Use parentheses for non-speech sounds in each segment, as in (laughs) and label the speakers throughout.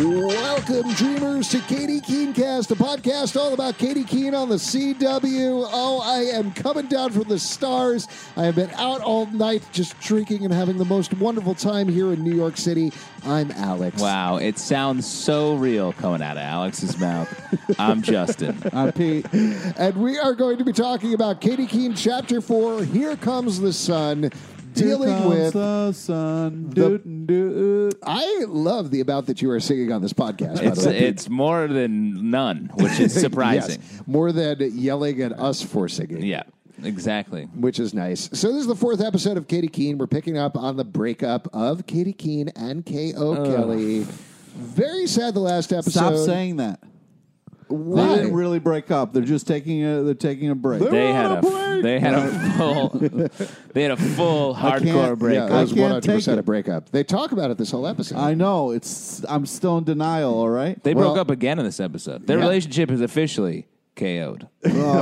Speaker 1: Welcome, dreamers, to Katie Keencast, a podcast all about Katie Keen on the CW. Oh, I am coming down from the stars. I have been out all night just drinking and having the most wonderful time here in New York City. I'm Alex. (laughs)
Speaker 2: Wow, it sounds so real coming out of
Speaker 1: (laughs)
Speaker 2: Alex's mouth. I'm Justin.
Speaker 3: I'm Pete.
Speaker 1: And we are going to be talking about Katie Keen Chapter 4 Here Comes the Sun, dealing
Speaker 3: Here comes
Speaker 1: with.
Speaker 3: the sun.
Speaker 1: the-
Speaker 3: Doot, doot.
Speaker 1: I love the amount that you are singing on this podcast, by
Speaker 2: It's
Speaker 1: the way.
Speaker 2: it's more than none, which is surprising.
Speaker 1: (laughs) Yes, more than yelling at us for singing.
Speaker 2: Yeah, exactly.
Speaker 1: which is nice. So this is the fourth episode of Katie Keene. We're picking up on the breakup of Katie Keene and K.O. Kelly. Very sad. The last episode.
Speaker 3: Stop saying that. They
Speaker 1: Why?
Speaker 3: didn't really break up. They're just taking a they're taking a break.
Speaker 1: They're-
Speaker 2: They
Speaker 1: on
Speaker 2: had
Speaker 1: a
Speaker 2: a
Speaker 1: break.
Speaker 2: they had a
Speaker 1: (laughs)
Speaker 2: full they had a full hardcore
Speaker 3: can't-
Speaker 2: breakup.
Speaker 1: Yeah, it was
Speaker 3: I can't
Speaker 1: one hundred
Speaker 3: take
Speaker 1: percent
Speaker 3: it.
Speaker 1: a breakup. They talk about it this whole episode.
Speaker 3: I know it's. I'm still in denial. All right.
Speaker 2: They
Speaker 1: Well-
Speaker 2: broke up again in this episode. Their
Speaker 1: Yeah.
Speaker 2: relationship is officially KO'd.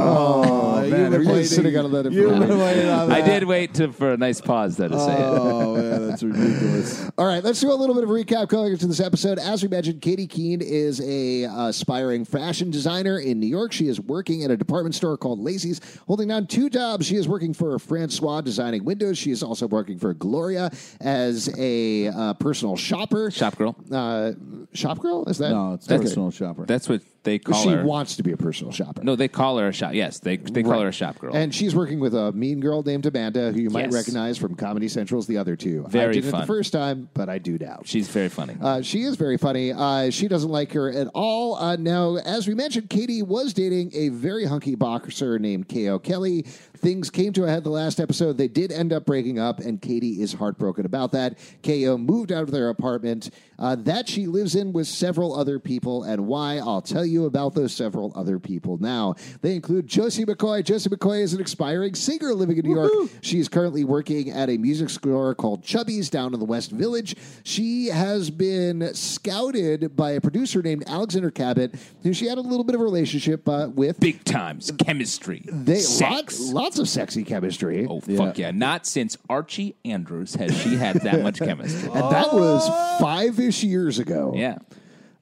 Speaker 3: oh
Speaker 1: man, everybody's sitting on that
Speaker 3: You've been
Speaker 1: information.
Speaker 3: waiting
Speaker 1: (laughs)
Speaker 3: on
Speaker 2: I
Speaker 3: that.
Speaker 2: did wait to, for a nice pause though to say
Speaker 1: Uh,
Speaker 2: it.
Speaker 3: Oh man, that's ridiculous.
Speaker 1: (laughs) All right, let's do a little bit of recap going into this episode. As we mentioned, Katie Keene is a uh, aspiring fashion designer in New York. She is working at a department store called Lacey's, holding down two jobs. She is working for Francois designing windows. She is also working for Gloria as a uh, personal shopper.
Speaker 2: Shop girl.
Speaker 1: uh, shop girl is that?
Speaker 3: No, it's
Speaker 1: Okay.
Speaker 3: personal shopper.
Speaker 2: That's what they call
Speaker 1: She
Speaker 2: her.
Speaker 1: wants to be a personal shopper.
Speaker 2: no, they call her a shop. Yes, they they call her a shop girl.
Speaker 1: And she's working with a mean girl named Amanda, who you might
Speaker 2: Yes.
Speaker 1: recognize from Comedy Central's The Other Two. I
Speaker 2: Very
Speaker 1: didn't the
Speaker 2: fun.
Speaker 1: first time, but I do now.
Speaker 2: She's very funny.
Speaker 1: Uh, she is very funny. Uh, she doesn't like her at all. Uh, now, as we mentioned, Katie was dating a very hunky boxer named K.O. Kelly. Things came to a head the last episode. They did end up breaking up, and Katie is heartbroken about that. K.O. moved out of their apartment uh, that she lives in with several other people, and why I'll tell you about those several other people now. They include Josie McCoy. Josie McCoy is an expiring singer living in New York. She is currently working at a music store called Chubby's down in the West Village. She has been scouted by a producer named Alexander Cabot, who she had a little bit of a relationship uh, with.
Speaker 2: Big times chemistry.
Speaker 1: They
Speaker 2: sex.
Speaker 1: lots lots of sexy chemistry.
Speaker 2: Oh fuck yeah! Not since Archie Andrews has she had that
Speaker 1: (laughs)
Speaker 2: much chemistry.
Speaker 1: And that was five ish years ago.
Speaker 2: Oh. Yeah,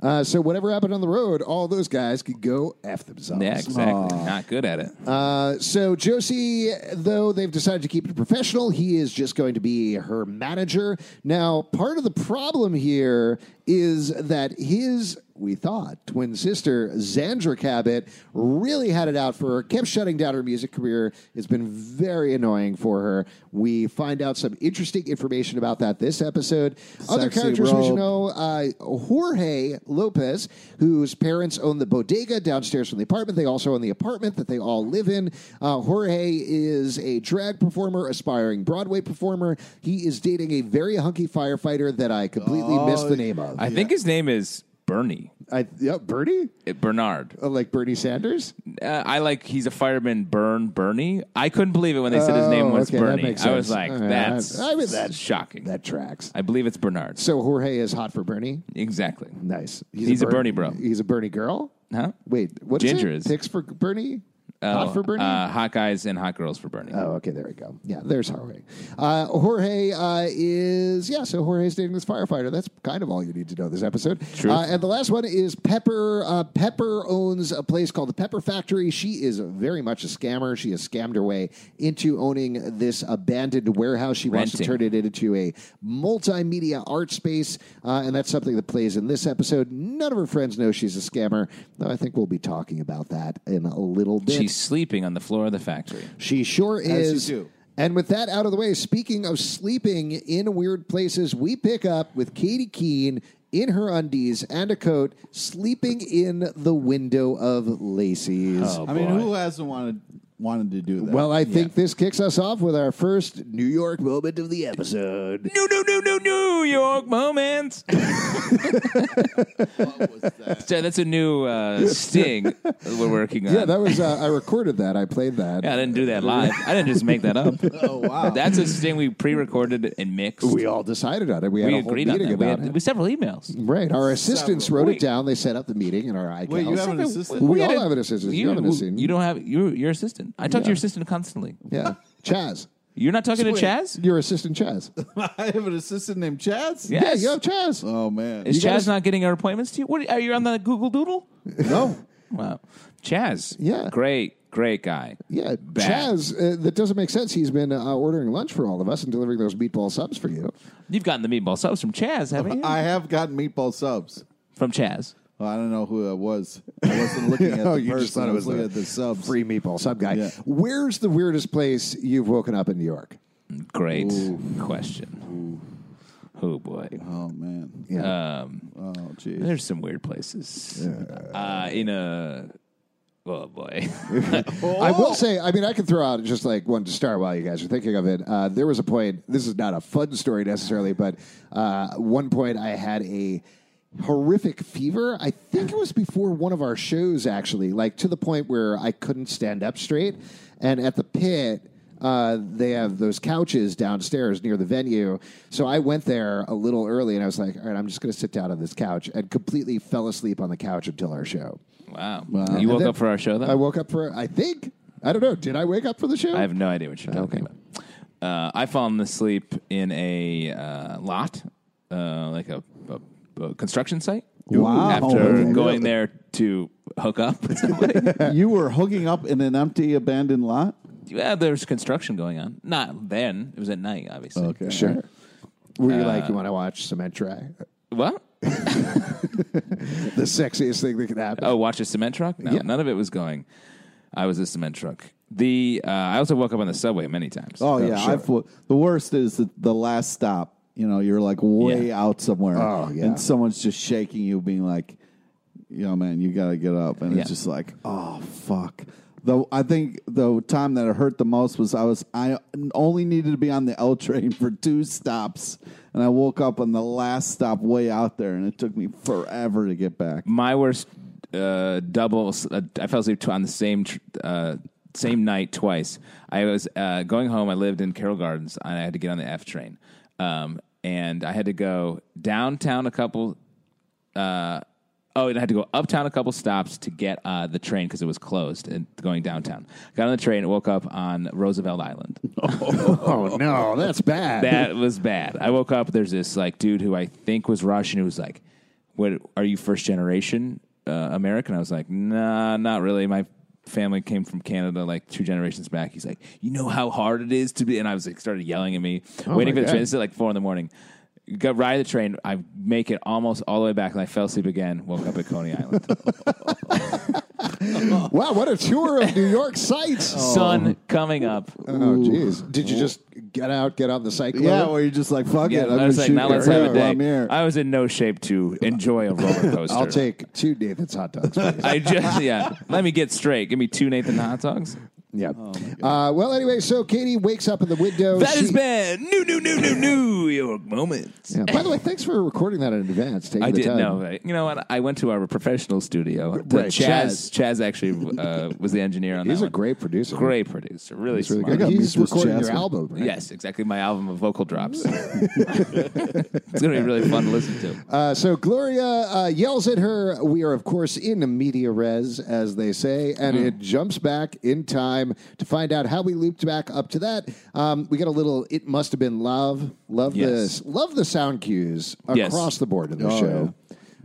Speaker 1: Uh, so, whatever happened on the road, all those guys could go F themselves.
Speaker 2: yeah, exactly. Not good at it.
Speaker 1: Oh. Uh, so Josie, though they've decided to keep it professional, he is just going to be her manager. Now, part of the problem here is that his, we thought, twin sister, Zandra Cabot, really had it out for her, kept shutting down her music career. It's been very annoying for her. We find out some interesting information about that this episode. Other
Speaker 3: Sexy
Speaker 1: characters we should
Speaker 3: robe.
Speaker 1: know know, uh, Jorge Lopez, whose parents own the bodega downstairs from the apartment. They also own the apartment that they all live in. Uh, Jorge is a drag performer, aspiring Broadway performer. He is dating a very hunky firefighter that I completely missed the name of.
Speaker 2: I think his name is Bernie
Speaker 1: Oh, I, yeah, Bernie?
Speaker 2: Uh, Bernard.
Speaker 1: Uh, like Bernie Sanders?
Speaker 2: Uh, I like he's a fireman. Burn Bernie. I couldn't believe it when they said his name
Speaker 1: Oh,
Speaker 2: was
Speaker 1: okay, that
Speaker 2: Bernie.
Speaker 1: makes
Speaker 2: I was
Speaker 1: sense.
Speaker 2: like,
Speaker 1: All right,
Speaker 2: that's
Speaker 1: I- I mean, that-
Speaker 2: shocking.
Speaker 1: That tracks.
Speaker 2: I believe it's Bernard.
Speaker 1: So Jorge is hot for Bernie?
Speaker 2: Exactly.
Speaker 1: Nice.
Speaker 2: He's a Bernie bro.
Speaker 1: He's a Bernie girl?
Speaker 2: Huh?
Speaker 1: Wait, what's
Speaker 2: Ginger
Speaker 1: it?
Speaker 2: is.
Speaker 1: Picks for Bernie?
Speaker 2: Oh,
Speaker 1: hot for Bernie?
Speaker 2: Uh, hot guys and hot girls for Bernie.
Speaker 1: Oh, okay, there we go. Yeah, there's Jorge. Uh, Jorge uh, is yeah. So Jorge's dating this firefighter. That's kind of all you need to know this episode.
Speaker 2: True.
Speaker 1: Uh, and the last one is Pepper. Uh, Pepper owns a place called the Pepper Factory. She is very much a scammer. She has scammed her way into owning this abandoned warehouse. She wants to
Speaker 2: Renting.
Speaker 1: turn it into a multimedia art space, uh, and that's something that plays in this episode. None of her friends know she's a scammer. Though I think we'll be talking about that in a little bit.
Speaker 2: She's sleeping on the floor of the factory.
Speaker 1: She sure
Speaker 3: you
Speaker 1: is.
Speaker 3: do.
Speaker 1: And with that out of the way, speaking of sleeping in weird places, we pick up with Katie Keene in her undies and a coat, sleeping in the window of Lacey's.
Speaker 2: Oh,
Speaker 3: I mean,
Speaker 2: boy.
Speaker 3: who hasn't wanted wanted to do that?
Speaker 1: Well, I think this kicks us off with our first New York moment of the episode.
Speaker 2: New, new, new, new, New
Speaker 1: (laughs)
Speaker 2: York moments.
Speaker 3: what was that?
Speaker 2: So that's a new uh, sting we're working on.
Speaker 1: Yeah, that was uh, (laughs) I recorded that. I played that.
Speaker 2: Yeah, I didn't do that live. I didn't just make that up.
Speaker 1: (laughs)
Speaker 3: Oh wow, (laughs)
Speaker 2: That's a sting we pre-recorded and mixed.
Speaker 1: We all decided on it. We had
Speaker 2: We
Speaker 1: a whole
Speaker 2: agreed on
Speaker 1: meeting
Speaker 2: that. We
Speaker 1: about
Speaker 2: had, we
Speaker 1: it.
Speaker 2: had several emails.
Speaker 1: Right, our assistants
Speaker 3: Several.
Speaker 1: wrote it
Speaker 2: Wait.
Speaker 1: down. They set up the meeting in our iCal.
Speaker 3: Wait, you have an assistant?
Speaker 1: We
Speaker 2: had
Speaker 1: all have an assistant. You
Speaker 2: You,
Speaker 1: have an assistant.
Speaker 2: you don't have your your assistant. I talk to your assistant constantly. (laughs)
Speaker 1: yeah, Chaz,
Speaker 2: You're not talking
Speaker 3: Wait.
Speaker 2: to Chaz?
Speaker 1: your assistant Chaz.
Speaker 3: I have an assistant named Chaz.
Speaker 1: Yeah,
Speaker 2: Yes. Uh,
Speaker 1: you have Chaz.
Speaker 3: Oh man.
Speaker 2: Is
Speaker 1: You
Speaker 2: Chaz
Speaker 1: gotta s-
Speaker 2: not getting our appointments to you? What are you on the Google Doodle?
Speaker 3: no.
Speaker 2: Wow, Chaz.
Speaker 1: Yeah.
Speaker 2: great, great guy.
Speaker 1: Yeah,
Speaker 2: Bad.
Speaker 1: Chaz. Uh, that doesn't make sense. He's been uh, ordering lunch for all of us and delivering those meatball subs for you.
Speaker 2: You've gotten the meatball subs from Chaz, haven't you?
Speaker 3: I have gotten meatball subs.
Speaker 2: from Chaz.
Speaker 3: Well, I don't know who that was. I
Speaker 1: (laughs)
Speaker 3: wasn't looking at the
Speaker 1: Oh,
Speaker 3: person.
Speaker 1: you just thought it
Speaker 3: I
Speaker 1: was
Speaker 3: looking
Speaker 1: a
Speaker 3: at the subs.
Speaker 1: Free meatball sub guy.
Speaker 3: Yeah.
Speaker 1: Where's the weirdest place you've woken up in New York?
Speaker 2: Great question. Oh boy.
Speaker 3: Oh man.
Speaker 1: Yeah.
Speaker 2: Um,
Speaker 3: Oh jeez.
Speaker 2: there's some weird places. Uh, in a oh boy. (laughs)
Speaker 1: I will say, I mean, I can throw out just like one to start while you guys are thinking of it. Uh, there was a point, this is not a fun story necessarily, but uh, one point I had a horrific fever. I think it was before one of our shows, actually, like to the point where I couldn't stand up straight. And at the pit, uh, they have those couches downstairs near the venue. So I went there a little early and I was like, all right, I'm just going to sit down on this couch and completely fell asleep on the couch until our show.
Speaker 2: wow. You woke
Speaker 1: And then
Speaker 2: up for our show
Speaker 1: I
Speaker 2: though.
Speaker 1: woke up for. I think I don't know. Did I wake up for the show?
Speaker 2: I have no idea what you're talking about. Uh, I fallen asleep in a uh, lot, uh, like a, a, a construction site.
Speaker 1: Ah,
Speaker 3: Wow.
Speaker 1: oh,
Speaker 3: Oh,
Speaker 2: After
Speaker 3: Okay.
Speaker 2: going there to hook up (laughs) with somebody.
Speaker 3: you were hooking up in an empty abandoned lot.
Speaker 2: yeah, there's construction going on. Not then. It was at night, obviously.
Speaker 1: (laughs) sure. Were you
Speaker 2: Uh,
Speaker 1: like you want to watch cement dry?
Speaker 2: What?
Speaker 1: The sexiest thing that could happen.
Speaker 2: Oh, watch a cement truck? No,
Speaker 1: Yeah.
Speaker 2: none of it was going. I was a cement truck. The uh, I also woke up on the subway many times.
Speaker 3: Oh, yeah, I've, the worst is the, the last stop. You know, you're like way
Speaker 2: Yeah.
Speaker 3: out somewhere,
Speaker 1: Oh, yeah.
Speaker 3: and someone's just shaking you, being like, "Yo, man, you gotta get up," and
Speaker 2: Yeah.
Speaker 3: it's just like, "Oh, fuck." Though I think the time that it hurt the most was I was I only needed to be on the L train for two stops, and I woke up on the last stop way out there, and it took me forever to get back.
Speaker 2: My worst uh, double. Uh, I fell asleep tw- on the same tr- uh, same night twice. I was uh, going home. I lived in Carroll Gardens, and I had to get on the F train. Um, and I had to go downtown a couple. Uh, oh, and I had to go uptown a couple stops to get uh, the train because it was closed and going downtown. Got on the train. Woke up on Roosevelt Island.
Speaker 1: Oh, no, that's bad.
Speaker 2: that was bad. I woke up. There's this like dude who I think was Russian who was like, "What are you first generation uh, American?" I was like, "Nah, not really. My family came from Canada like two generations back." He's like, "You know how hard it is to be," and I was like, started yelling at me, waiting
Speaker 1: Oh my
Speaker 2: for the
Speaker 1: God.
Speaker 2: train. This is at, like four in the morning. Got ride the train. I make it almost all the way back, and I fell asleep again. Woke up at Coney
Speaker 1: (laughs)
Speaker 2: Island. (laughs)
Speaker 1: Wow, what a tour of New York sites. (laughs) Oh,
Speaker 2: Sun coming up.
Speaker 1: jeez. Did you just get out, get on the cycle?
Speaker 3: Yeah, where you're just like, "Fuck
Speaker 2: Yeah,
Speaker 3: it," I'm
Speaker 2: I was like,
Speaker 3: shooting
Speaker 2: now let's have a
Speaker 3: while I'm
Speaker 2: day.
Speaker 3: here.
Speaker 2: I was in no shape to enjoy
Speaker 1: (laughs)
Speaker 2: a roller coaster.
Speaker 1: I'll take two Nathan's hot (laughs) dogs. please.
Speaker 2: I just (laughs) yeah. Let me get straight. Give me two Nathan hot dogs.
Speaker 1: yeah. uh, well, anyway, so Katie wakes up in the window.
Speaker 2: That has
Speaker 1: She-
Speaker 2: been new, new, new, new, new York moments.
Speaker 1: Yeah, By the way, thanks for recording that in advance. Taking
Speaker 2: I
Speaker 1: the
Speaker 2: didn't
Speaker 1: time.
Speaker 2: know. Right? You know what? I went to our professional studio. The
Speaker 1: Right,
Speaker 2: Chaz, Chaz actually uh, was the engineer on that.
Speaker 1: He's a
Speaker 2: one.
Speaker 1: great producer.
Speaker 2: great producer. Really
Speaker 1: Really
Speaker 2: smart.
Speaker 1: good.
Speaker 3: gotta
Speaker 1: He's
Speaker 3: meet this
Speaker 1: recording your
Speaker 3: Jasmine.
Speaker 1: album. Right?
Speaker 2: Yes, exactly. My album of
Speaker 1: (laughs)
Speaker 2: vocal drops. it's gonna be really fun to listen to.
Speaker 1: Uh, so Gloria uh, yells at her. We are, of course, in media res, as they say, and
Speaker 2: Mm.
Speaker 1: it jumps back in time to find out how we looped back up to that. Um, we got a little. It must have been love, love
Speaker 2: Yes.
Speaker 1: this, love the sound cues
Speaker 2: Yes. Oh,
Speaker 1: across the board in the show.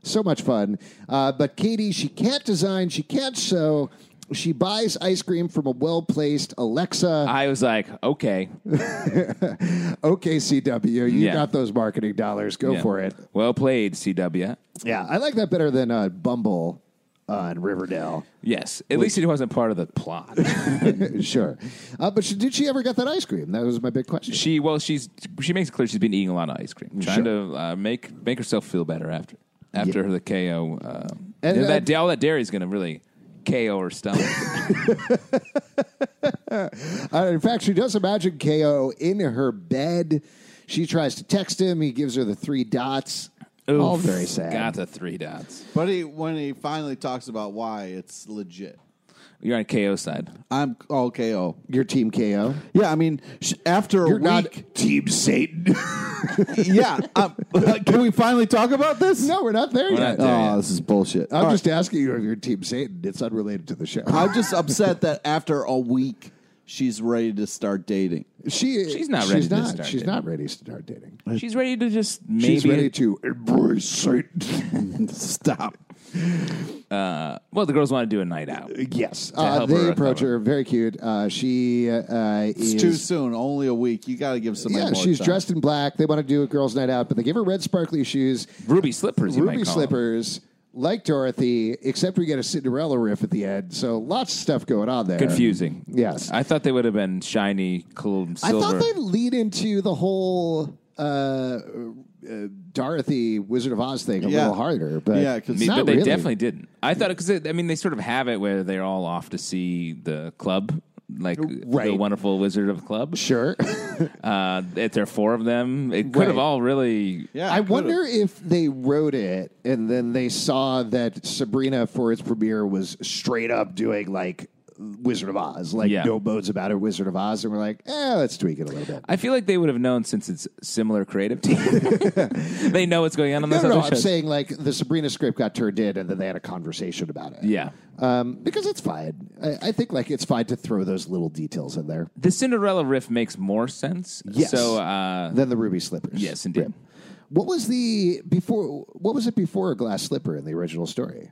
Speaker 1: So much fun. Uh, but Katie, she can't design, she can't sew. She buys ice cream from a well placed Alexa.
Speaker 2: I was like, okay,
Speaker 1: okay, CW, you
Speaker 2: Ah. Yeah.
Speaker 1: got those marketing dollars. Go
Speaker 2: Yeah.
Speaker 1: for it.
Speaker 2: Well played, CW.
Speaker 1: Yeah, I like that better than uh, Bumble. Uh, on Riverdale.
Speaker 2: Yes, at least it wasn't part of the plot.
Speaker 1: (laughs) sure. Uh, but she, did she ever get that ice cream? That was my big question.
Speaker 2: she well, she's she makes it clear she's been eating a lot of ice cream, trying to uh, make make herself feel better after after the KO. Uh,
Speaker 1: And,
Speaker 2: and
Speaker 1: uh,
Speaker 2: that all that dairy is going to really KO
Speaker 1: (laughs)
Speaker 2: her stomach.
Speaker 1: Uh, in fact, she does imagine KO in her bed. She tries to text him. He gives her the three dots. All
Speaker 2: Oof.
Speaker 1: very sad.
Speaker 2: Got the three dots.
Speaker 3: But he, when he finally talks about why, it's legit.
Speaker 2: You're on KO side.
Speaker 3: I'm all KO.
Speaker 1: Your team KO.
Speaker 3: Yeah, I mean, sh- after
Speaker 1: You're
Speaker 3: a
Speaker 1: not
Speaker 3: week,
Speaker 1: Team Satan.
Speaker 3: (laughs) yeah. I'm, can we finally talk about this?
Speaker 1: (laughs) no, we're not there
Speaker 2: not
Speaker 1: yet.
Speaker 2: there.
Speaker 3: Oh, this is bullshit.
Speaker 1: I'm
Speaker 3: All
Speaker 1: just asking you if you're Team Satan. It's unrelated to the show.
Speaker 3: right. I'm just upset that after a week, she's ready to start dating.
Speaker 1: She
Speaker 2: She's not ready
Speaker 1: she's
Speaker 2: to
Speaker 1: not,
Speaker 2: start
Speaker 1: She's
Speaker 2: dating.
Speaker 1: not ready to start dating.
Speaker 2: She's ready to just maybe
Speaker 1: She's ready to embrace Satan.
Speaker 2: (laughs)
Speaker 3: Stop.
Speaker 2: uh, Well, the girls want to do a night out.
Speaker 1: yes, uh,
Speaker 2: help
Speaker 1: they
Speaker 2: her
Speaker 1: approach
Speaker 2: recover.
Speaker 1: her. Very cute. Uh, she uh,
Speaker 3: It's
Speaker 1: is
Speaker 3: too soon. Only a week. You got to give somebody.
Speaker 1: Yeah,
Speaker 3: more
Speaker 1: she's
Speaker 3: time.
Speaker 1: dressed in black. They want to do a girls' night out, but they give her red sparkly shoes,
Speaker 2: Ruby slippers, you
Speaker 1: ruby
Speaker 2: might call
Speaker 1: slippers, like Dorothy. Except we get a Cinderella riff at the end. So lots of stuff going on there.
Speaker 2: them. Confusing.
Speaker 1: Yes.
Speaker 2: I thought they would have been shiny, cool,
Speaker 1: I
Speaker 2: silver.
Speaker 1: thought they'd lead into the whole uh, uh, Dorothy Wizard of Oz thing a
Speaker 3: Yeah.
Speaker 1: little harder, but
Speaker 3: Yeah, 'cause-
Speaker 2: Me-
Speaker 1: not
Speaker 2: but they
Speaker 1: really.
Speaker 2: definitely didn't. I thought because I mean they sort of have it where they're all off to see the club, like the
Speaker 1: Right.
Speaker 2: wonderful Wizard of Club.
Speaker 1: sure. (laughs)
Speaker 2: Uh, if there are four of them, it could
Speaker 1: Right.
Speaker 2: have all really.
Speaker 3: Yeah,
Speaker 1: I
Speaker 3: could've.
Speaker 1: wonder if they wrote it and then they saw that Sabrina for its premiere was straight up doing like Wizard of Oz, like
Speaker 2: Yeah.
Speaker 1: no bones about it, Wizard of Oz, and we're like, eh, let's tweak it a little bit.
Speaker 2: I feel like they would have known since it's similar
Speaker 1: (laughs)
Speaker 2: creative team. (laughs) they know what's going on on
Speaker 1: No,
Speaker 2: those
Speaker 1: no, no,
Speaker 2: other
Speaker 1: I'm
Speaker 2: shows.
Speaker 1: saying like the Sabrina script got turned in and then they had a conversation about it.
Speaker 2: yeah,
Speaker 1: Um, because it's fine. I, I think like it's fine to throw those little details in there.
Speaker 2: the Cinderella riff makes more sense.
Speaker 1: Yes.
Speaker 2: So uh,
Speaker 1: Then the ruby slippers.
Speaker 2: yes, indeed.
Speaker 1: Rip. What was the before? What was it before a glass slipper in the original story?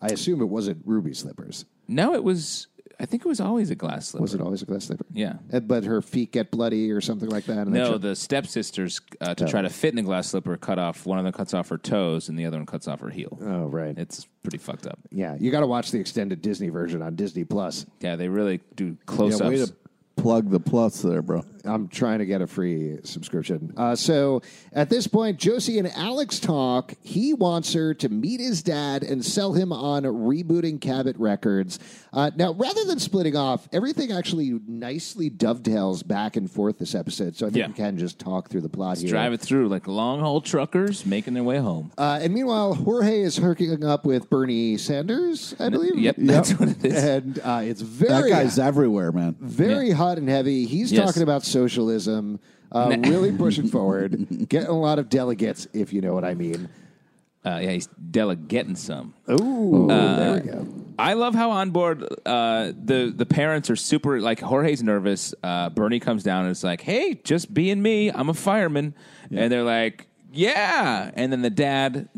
Speaker 1: I assume it wasn't ruby slippers.
Speaker 2: No, it was. I think it was always a glass slipper.
Speaker 1: Was it always a glass slipper?
Speaker 2: Yeah.
Speaker 1: And, but her feet get bloody or something like that. and they
Speaker 2: No,
Speaker 1: try-
Speaker 2: the stepsisters uh,
Speaker 1: Oh.
Speaker 2: to try to fit in the glass slipper cut off. One of them cuts off her toes, and the other one cuts off her heel.
Speaker 1: oh right.
Speaker 2: It's pretty fucked up.
Speaker 1: yeah, you got to watch the extended Disney version on Disney Plus.
Speaker 2: Yeah, they really do
Speaker 3: Yeah,
Speaker 2: close
Speaker 3: way
Speaker 2: ups.
Speaker 3: to plug the plus there, bro.
Speaker 1: I'm trying to get a free subscription. Uh, so at this point, Josie and Alex talk. He wants her to meet his dad and sell him on rebooting Cabot Records. Uh, now, rather than splitting off, everything actually nicely dovetails back and forth this episode. So I think
Speaker 2: Yeah.
Speaker 1: we can just talk through the plot here.
Speaker 2: Drive it through like long haul truckers making their way home.
Speaker 1: Uh, and meanwhile, Jorge is hooking up with Bernie Sanders, I believe.
Speaker 2: yep, that's what it is.
Speaker 1: And uh, it's very
Speaker 3: That guy's everywhere, man.
Speaker 1: very
Speaker 2: Yeah.
Speaker 1: hot and heavy. He's
Speaker 2: Yes.
Speaker 1: talking about socialism, uh, really
Speaker 2: (laughs)
Speaker 1: pushing forward, getting a lot of delegates, if you know what I mean.
Speaker 2: Uh, yeah, he's delegating some.
Speaker 1: Ooh,
Speaker 2: Uh,
Speaker 1: there we go.
Speaker 2: I love how on board uh, the the parents are super like Jorge's nervous. Uh, Bernie comes down and is like, "Hey, just being me, I'm a fireman," and they're like, "Yeah." And then the dad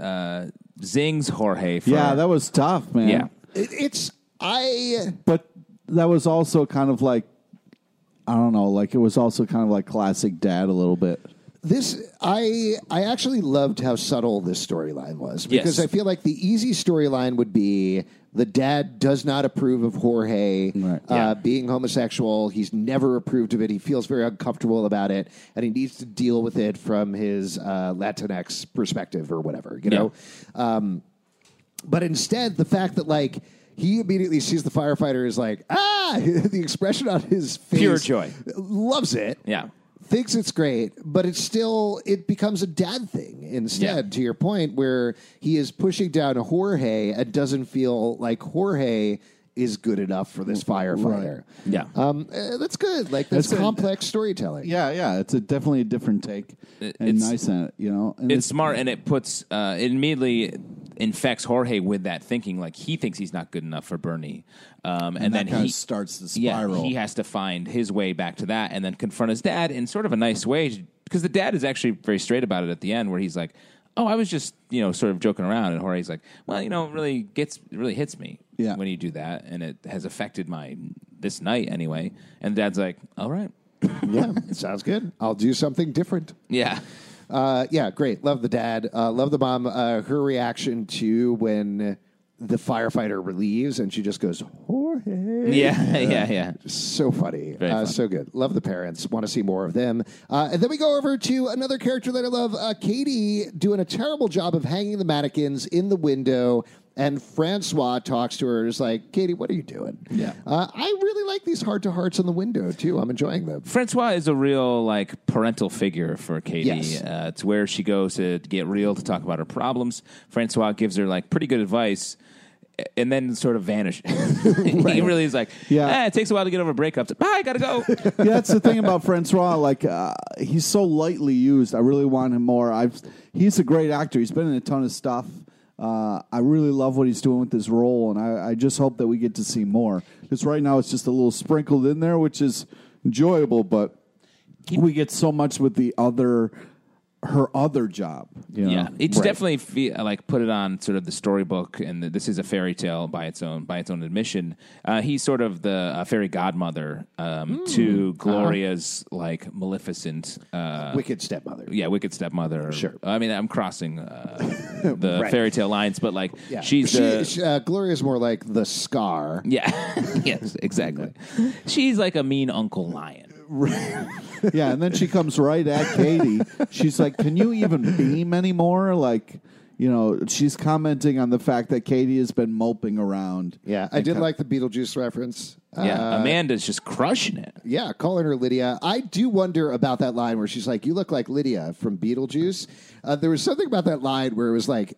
Speaker 2: uh, zings Jorge. For,
Speaker 3: Yeah, that was tough, man.
Speaker 2: yeah.
Speaker 1: It, it's I
Speaker 3: but that was also kind of like I don't know, like it was also kind of like classic dad a little bit.
Speaker 1: this I I actually loved how subtle this storyline was because
Speaker 2: Yes.
Speaker 1: I feel like the easy storyline would be the dad does not approve of Jorge
Speaker 3: Right.
Speaker 1: uh,
Speaker 2: Yeah.
Speaker 1: being homosexual. He's never approved of it. He feels very uncomfortable about it, and he needs to deal with it from his uh, Latinx perspective or whatever. You
Speaker 2: Yeah.
Speaker 1: know, Um, But instead, the fact that like he immediately sees the firefighter is like ah, (laughs) the expression on his face,
Speaker 2: Pure joy.
Speaker 1: loves it,
Speaker 2: Yeah.
Speaker 1: thinks it's great, but it's still it becomes a dad thing instead.
Speaker 2: Yeah.
Speaker 1: To your point, where he is pushing down Jorge and doesn't feel like Jorge is good enough for this firefighter.
Speaker 2: Yeah.
Speaker 1: Um, eh, that's good. Like that's,
Speaker 3: That's good.
Speaker 1: complex storytelling.
Speaker 3: Yeah, yeah, it's a definitely a different take and
Speaker 2: it's-
Speaker 3: nice in it, you know. And
Speaker 2: it's smart and it puts uh, it immediately infects Jorge with that thinking. Like he thinks he's not good enough for Bernie, um, and,
Speaker 3: that
Speaker 2: then
Speaker 3: kinda
Speaker 2: he
Speaker 3: starts the
Speaker 2: yeah,
Speaker 3: spiral.
Speaker 2: he has to find his way back to that, and then confront his dad in sort of a nice way because the dad is actually very straight about it at the end, where he's like. Oh, I was just you know sort of joking around, and Jorge's like, "Well, you know, it really gets it really hits me
Speaker 3: Yeah.
Speaker 2: when you do that, and it has affected my this night anyway." And Dad's like, "All right,
Speaker 1: yeah, it (laughs) sounds good. I'll do something different.
Speaker 2: yeah, (laughs)
Speaker 1: Uh, yeah, great. Love the dad. Uh, love the mom. Uh, her reaction to when the firefighter leaves and she just goes, Jorge.
Speaker 2: Yeah, yeah, yeah.
Speaker 1: So funny.
Speaker 2: Very
Speaker 1: uh,
Speaker 2: fun.
Speaker 1: so good. Love the parents. Want to see more of them. Uh, and then we go over to another character that I love uh, Katie doing a terrible job of hanging the mannequins in the window. And Francois talks to her. Is like, Katie, what are you doing?
Speaker 2: Yeah.
Speaker 1: Uh, I really like these heart to hearts on the window, too. I'm enjoying them.
Speaker 2: Francois is a real like parental figure for Katie.
Speaker 1: Yes.
Speaker 2: Uh, it's where she goes to get real to talk about her problems. Francois gives her like pretty good advice. And then sort of vanishes. (laughs) He really is like,
Speaker 3: Yeah.
Speaker 2: yeah. it takes a while to get over breakups. Bye, gotta go.
Speaker 3: yeah, that's the thing about Francois. Like uh, he's so lightly used. I really want him more. I've he's a great actor. He's been in a ton of stuff. Uh, I really love what he's doing with this role, and I, I just hope that we get to see more. Because right now it's just a little sprinkled in there, which is enjoyable, but we get so much with the other her other job. (laughs) you know?
Speaker 2: Yeah, it's
Speaker 3: Right.
Speaker 2: definitely fe- like put it on sort of the storybook, and the, this is a fairy tale by its own by its own admission. Uh, he's sort of the uh, fairy godmother um,
Speaker 3: Hmm. Uh-huh.
Speaker 2: to Gloria's like maleficent, uh,
Speaker 1: Wicked stepmother.
Speaker 2: yeah, wicked stepmother.
Speaker 1: Sure.
Speaker 2: I mean, I'm
Speaker 1: (laughs)
Speaker 2: crossing uh, the
Speaker 1: Right.
Speaker 2: fairy tale lines, but like
Speaker 1: Yeah.
Speaker 2: she's
Speaker 1: she,
Speaker 2: the
Speaker 1: she- uh, Gloria's more like the scar.
Speaker 2: (laughs) yeah, (laughs) yes, exactly. she's like a mean uncle lion.
Speaker 3: Yeah, and then she comes right at Katie. She's like, "Can you even beam anymore?" Like, you know, she's commenting on the fact that Katie has been moping around.
Speaker 1: Yeah, I did like the Beetlejuice reference. Uh,
Speaker 2: Yeah, Amanda's just crushing it.
Speaker 1: Yeah, calling her Lydia. I do wonder about that line where she's like, "You look like Lydia from Beetlejuice." Uh, there was something about that line where it was like,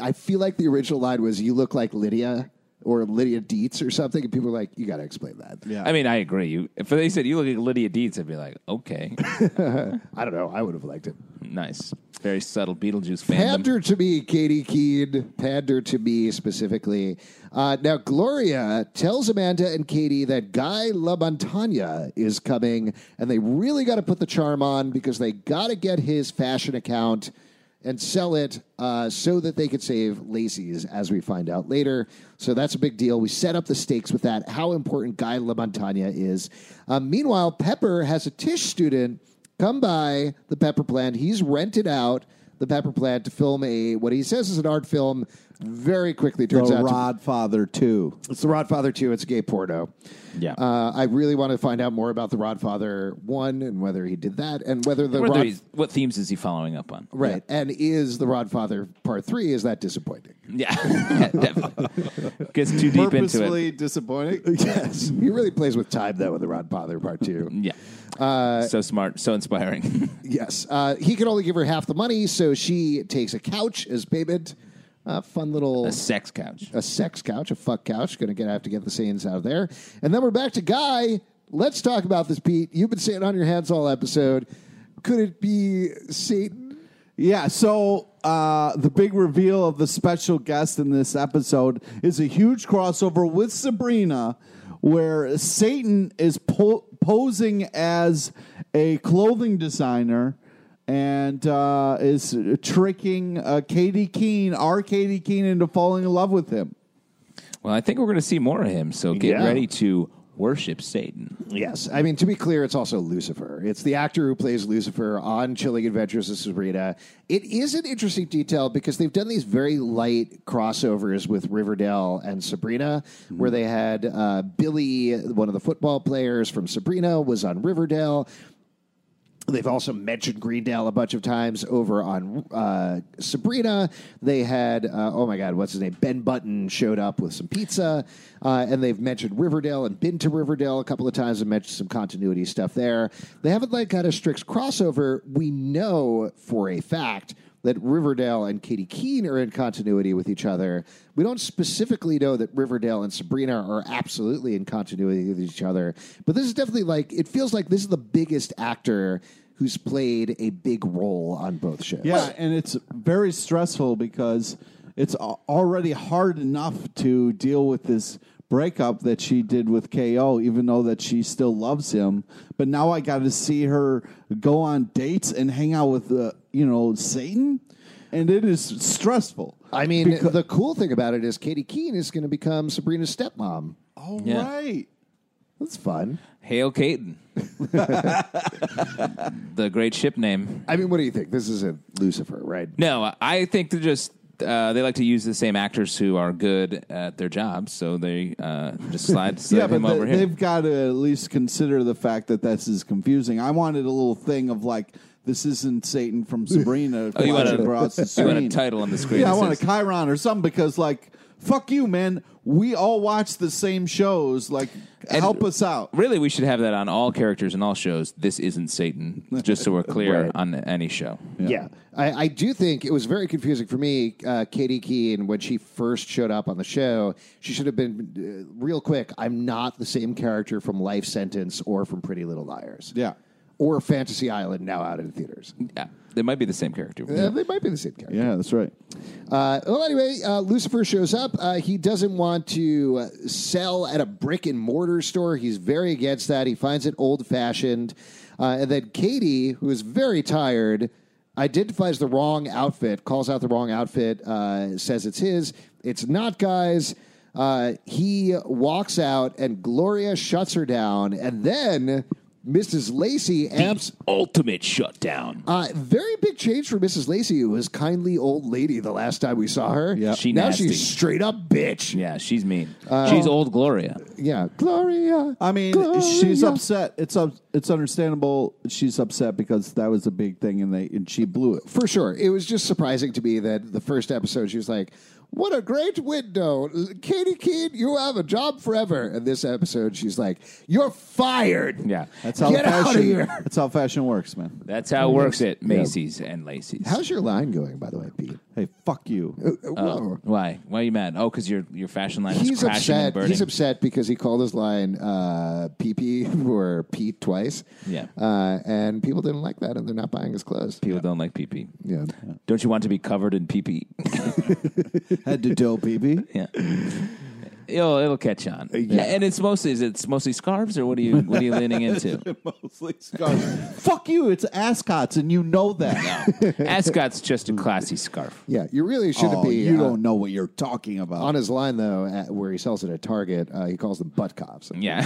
Speaker 1: I feel like the original line was, "You look like Lydia." Or Lydia Dietz or something, and people were like, "You got to explain that."
Speaker 3: Yeah.
Speaker 2: I mean, I agree. You, if they said you look like Lydia Dietz, I'd be like, okay. (laughs)
Speaker 1: I don't know. I would have liked it.
Speaker 2: Nice. Very subtle Beetlejuice fandom.
Speaker 1: Pander to me, Katie Keene. Pander to me specifically. Uh, now, Gloria tells Amanda and Katie that Guy LaMontagne is coming, and they really got to put the charm on because they got to get his fashion account and sell it uh, so that they could save Lacey's, as we find out later. So that's a big deal. We set up the stakes with that, how important Guy LaMontagne is. Uh, meanwhile, Pepper has a Tish student come by the Pepper plant. He's rented out the Pepper plant to film a what he says is an art film. Very quickly turns
Speaker 3: the
Speaker 1: out to-
Speaker 3: Rodfather too.
Speaker 1: it's the Rodfather two. It's a gay porno.
Speaker 2: Yeah.
Speaker 1: uh, I really want to find out more about the Rodfather one and whether he did that and whether the
Speaker 2: Whether
Speaker 1: Rod-
Speaker 2: he's- what themes is he following up on?
Speaker 1: right and is the Rodfather part three? Is that
Speaker 2: (laughs)
Speaker 1: disappointing?
Speaker 2: Yeah, Yeah, definitely. Gets too deep into it.
Speaker 3: disappointing.
Speaker 1: Yes, he really plays with time though in the Rodfather part two.
Speaker 2: (laughs) Yeah.
Speaker 1: uh,
Speaker 2: so smart, so inspiring. (laughs)
Speaker 1: Yes. Uh, he can only give her half the money, so she takes a couch as payment. Uh, fun little.
Speaker 2: a sex couch.
Speaker 1: a sex couch, a fuck couch. Going to get have to get the scenes out of there, and then we're back to Guy. Let's talk about this, Pete. You've been sitting on your hands all episode. Could it be Satan?
Speaker 3: Yeah, so uh, the big reveal of the special guest in this episode is a huge crossover with Sabrina, where Satan is po- posing as a clothing designer and uh, is tricking uh, Katie Keene, our Katie Keene, into falling in love with him.
Speaker 2: Well, I think we're going to see more of him, so get
Speaker 1: Yeah.
Speaker 2: ready to worship Satan.
Speaker 1: Yes. I mean, to be clear, it's also Lucifer. It's the actor who plays Lucifer on Chilling Adventures of Sabrina. It is an interesting detail because they've done these very light crossovers with Riverdale and Sabrina, where they had uh, Billy, one of the football players from Sabrina, was on Riverdale. They've also mentioned Greendale a bunch of times over on uh, Sabrina. They had, uh, oh my God, what's his name? Ben Button showed up with some pizza. Uh, and they've mentioned Riverdale and been to Riverdale a couple of times and mentioned some continuity stuff there. They haven't like got a strict crossover. We know for a fact that Riverdale and Katie Keene are in continuity with each other. We don't specifically know that Riverdale and Sabrina are absolutely in continuity with each other, but this is definitely like it feels like this is the biggest actor who's played a big role on both shows.
Speaker 3: Yeah, and it's very stressful because it's al- already hard enough to deal with this breakup that she did with KO, even though that she still loves him. But now I got to see her go on dates and hang out with uh, you know Satan, and it is stressful.
Speaker 1: I mean, the cool thing about it is Katie Keene is going to become Sabrina's stepmom.
Speaker 3: All right,
Speaker 2: Yeah.
Speaker 1: That's fun.
Speaker 2: Hail (laughs) Caden. the great ship name.
Speaker 1: I mean, what do you think? This isn't Lucifer, right?
Speaker 2: No, I think they're just uh, they like to use the same actors who are good at their jobs, so they uh, just
Speaker 3: (laughs)
Speaker 2: slide, slide
Speaker 3: yeah, but
Speaker 2: him over
Speaker 3: they,
Speaker 2: here.
Speaker 3: they've got to at least consider the fact that this is confusing. I wanted a little thing of like, this isn't Satan (laughs) from Sabrina.
Speaker 2: Oh, you want,
Speaker 3: Clashing across
Speaker 2: a, (laughs)
Speaker 3: the
Speaker 2: you want a
Speaker 3: screen.
Speaker 2: title on the screen?
Speaker 3: Yeah, I
Speaker 2: that
Speaker 3: want a
Speaker 2: says-
Speaker 3: Chiron or something because, like, fuck you, man. We all watch the same shows. Like,
Speaker 2: And-
Speaker 3: help us out.
Speaker 2: Really, we should have that on all characters and all shows. This isn't Satan, just so we're clear
Speaker 3: (laughs) Right.
Speaker 2: on any show.
Speaker 1: Yeah. I, I do think it was very confusing for me, uh, Katie Keene, when she first showed up on the show. She should have been uh, real quick. I'm not the same character from Life Sentence or from Pretty Little Liars.
Speaker 3: Yeah.
Speaker 1: Or Fantasy Island, now out in theaters.
Speaker 2: Yeah, they might be the same character.
Speaker 1: Uh, they might be the same character.
Speaker 3: Yeah, that's right.
Speaker 1: Uh, well, anyway, uh, Lucifer shows up. Uh, he doesn't want to uh, sell at a brick and mortar store. He's very against that. He finds it old fashioned. Uh, and then Katie, who is very tired, identifies the wrong outfit, calls out the wrong outfit, uh, says it's his. It's not, guys. Uh, he walks out, and Gloria shuts her down. And then Mrs. Lacey amps.
Speaker 2: Ultimate shutdown.
Speaker 1: Uh, very big change for Mrs. Lacey, who was kindly old lady the last time we saw her.
Speaker 3: Yeah.
Speaker 2: She
Speaker 1: now
Speaker 2: nasty.
Speaker 1: she's straight up bitch. Yeah,
Speaker 2: Yeah, she's mean.
Speaker 1: Oh.
Speaker 2: she's old Gloria.
Speaker 1: Gloria.
Speaker 3: I mean,
Speaker 1: Gloria.
Speaker 3: she's upset. It's up, it's understandable. She's upset because that was a big thing, and they and she blew it.
Speaker 1: for sure. It was just surprising to me that the first episode she was like, "What a great window, L- Katie Keene, you have a job forever." And this episode, she's like, "You're fired."
Speaker 2: Yeah,
Speaker 3: That's how
Speaker 1: Get out of
Speaker 3: fashion.
Speaker 1: here.
Speaker 3: That's how fashion works, man.
Speaker 2: that's how it works at Macy's and Lacey's.
Speaker 1: How's your line going, by the way, Pete?
Speaker 3: Hey, fuck you.
Speaker 1: Uh, whoa.
Speaker 2: Why? Why are you mad? Oh, because your your fashion line is
Speaker 1: He's
Speaker 2: crashing and
Speaker 1: upset.
Speaker 2: burning.
Speaker 1: He's upset because he called his line uh, PP (laughs) or Pete twice.
Speaker 2: Yeah.
Speaker 1: Uh, and people didn't like that, and they're not buying his clothes.
Speaker 2: People don't like pee pee.
Speaker 1: Yeah.
Speaker 2: Don't you want to be covered in pee pee?
Speaker 3: Head to
Speaker 1: (laughs)
Speaker 3: toe, baby.
Speaker 2: (laughs) yeah. It'll, it'll catch on,
Speaker 1: Uh,
Speaker 2: and it's mostly is it's mostly scarves or what are you what are you
Speaker 1: (laughs)
Speaker 2: leaning into? (laughs)
Speaker 3: Mostly scarves. fuck you. It's ascots, and you know that.
Speaker 2: Ascot's just a classy scarf.
Speaker 1: Yeah. You really (laughs) shouldn't
Speaker 3: Oh,
Speaker 1: be.
Speaker 3: you
Speaker 1: uh,
Speaker 3: don't know what you're talking about.
Speaker 1: on his line though, at, where he sells it at Target, uh, he calls them butt cops.
Speaker 2: Yeah,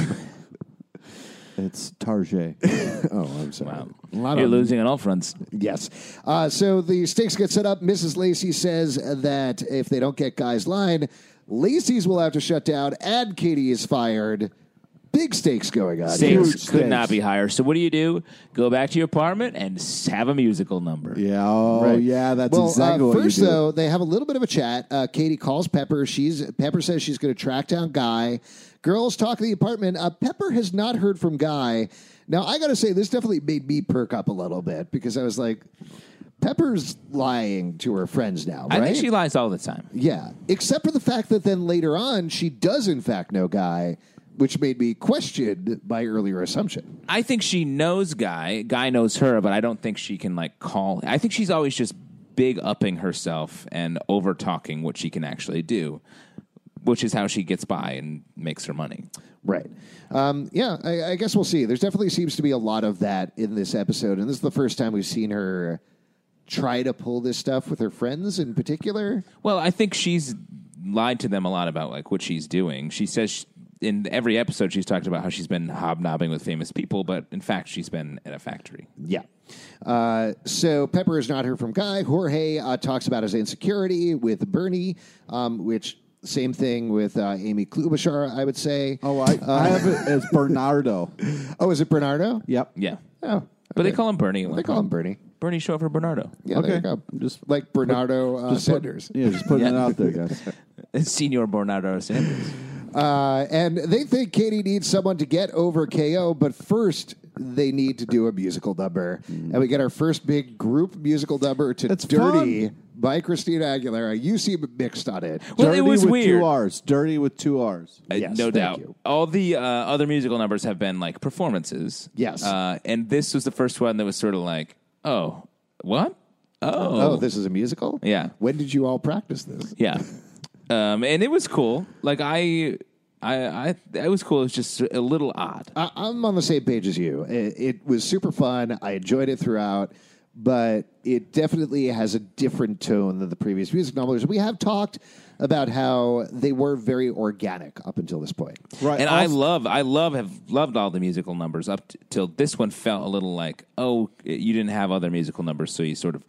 Speaker 3: It's Target.
Speaker 1: (laughs) Oh, I'm sorry.
Speaker 2: wow.
Speaker 1: A lot
Speaker 2: (laughs) You're
Speaker 1: of
Speaker 2: losing on all fronts.
Speaker 1: yes. Uh, so the stakes get set up. Mrs. Lacey says that if they don't get Guy's line, Lacey's will have to shut down, and Katie is fired. Big stakes going on. here.
Speaker 2: Stakes
Speaker 3: Huge
Speaker 2: could
Speaker 3: stakes.
Speaker 2: not be higher. So what do you do? Go back to your apartment and s- have a musical number.
Speaker 3: Yeah. Oh,
Speaker 1: Right.
Speaker 3: yeah. That's
Speaker 1: well,
Speaker 3: exactly
Speaker 1: uh,
Speaker 3: what
Speaker 1: first
Speaker 3: you do.
Speaker 1: though they have a little bit of a chat. Uh, Katie calls Pepper. She's Pepper says she's going to track down Guy. Girls talk to the apartment. Uh, Pepper has not heard from Guy. Now I got to say this definitely made me perk up a little bit because I was like, Pepper's lying to her friends now,
Speaker 2: I
Speaker 1: right?
Speaker 2: think she lies all the time.
Speaker 1: yeah, except for the fact that then later on she does in fact know Guy, which made me question my earlier assumption.
Speaker 2: I think she knows Guy. Guy knows her, but I don't think she can like call. I think she's always just big upping herself and over talking what she can actually do, which is how she gets by and makes her money.
Speaker 1: Right. Um, yeah, I, I guess we'll see. There's definitely seems to be a lot of that in this episode, and this is the first time we've seen her try to pull this stuff with her friends in particular.
Speaker 2: Well, I think she's lied to them a lot about like what she's doing. She says sh in every episode she's talked about how she's been hobnobbing with famous people, but in fact she's been at a factory.
Speaker 1: Yeah. Uh, so Pepper is not heard from Guy. Jorge uh, talks about his insecurity with Bernie, um, which same thing with uh, Amy Klobuchar, I would say.
Speaker 3: Oh, I, I have it as Bernardo.
Speaker 1: Oh, is it Bernardo?
Speaker 3: Yep.
Speaker 2: Yeah,
Speaker 1: Oh, okay.
Speaker 2: but they call him Bernie.
Speaker 1: they call him Bernie.
Speaker 2: Bernie. Show up for Bernardo.
Speaker 1: Yeah, there you
Speaker 3: Okay.
Speaker 1: go.
Speaker 3: Just-
Speaker 1: Just like Bernardo uh,
Speaker 3: Just put-
Speaker 1: Sanders.
Speaker 3: yeah, just putting it
Speaker 2: Yeah.
Speaker 3: out there, guys.
Speaker 2: Senior Bernardo Sanders.
Speaker 1: Uh, and they think Katie needs someone to get over KO, but first they need to do a musical number. And we get our first big group musical number to
Speaker 3: That's
Speaker 1: Dirty by Christina Aguilera. You seem mixed on it.
Speaker 2: Well,
Speaker 3: Dirty
Speaker 2: it was
Speaker 3: with
Speaker 2: weird.
Speaker 3: two R's. Dirty with two R's.
Speaker 2: Uh,
Speaker 1: Yes,
Speaker 2: no
Speaker 1: thank
Speaker 2: doubt.
Speaker 1: you.
Speaker 2: All the uh, other musical numbers have been like performances.
Speaker 1: Yes.
Speaker 2: Uh, and this was the first one that was sort of like, oh, what? Oh.
Speaker 1: Oh, this is a musical?
Speaker 2: Yeah.
Speaker 1: When did you all practice this?
Speaker 2: Yeah. Um, and it was cool. Like, I, I, I, it was cool. It was just a little odd.
Speaker 1: I- I'm on the same page as you. It, it was super fun. I enjoyed it throughout, but it definitely has a different tone than the previous music novels. We have talked about how they were very organic up until this point.
Speaker 3: Right.
Speaker 2: And I
Speaker 3: also-
Speaker 2: love, I love, have loved all the musical numbers up t- till this one felt a little like, oh, you didn't have other musical numbers, so you sort of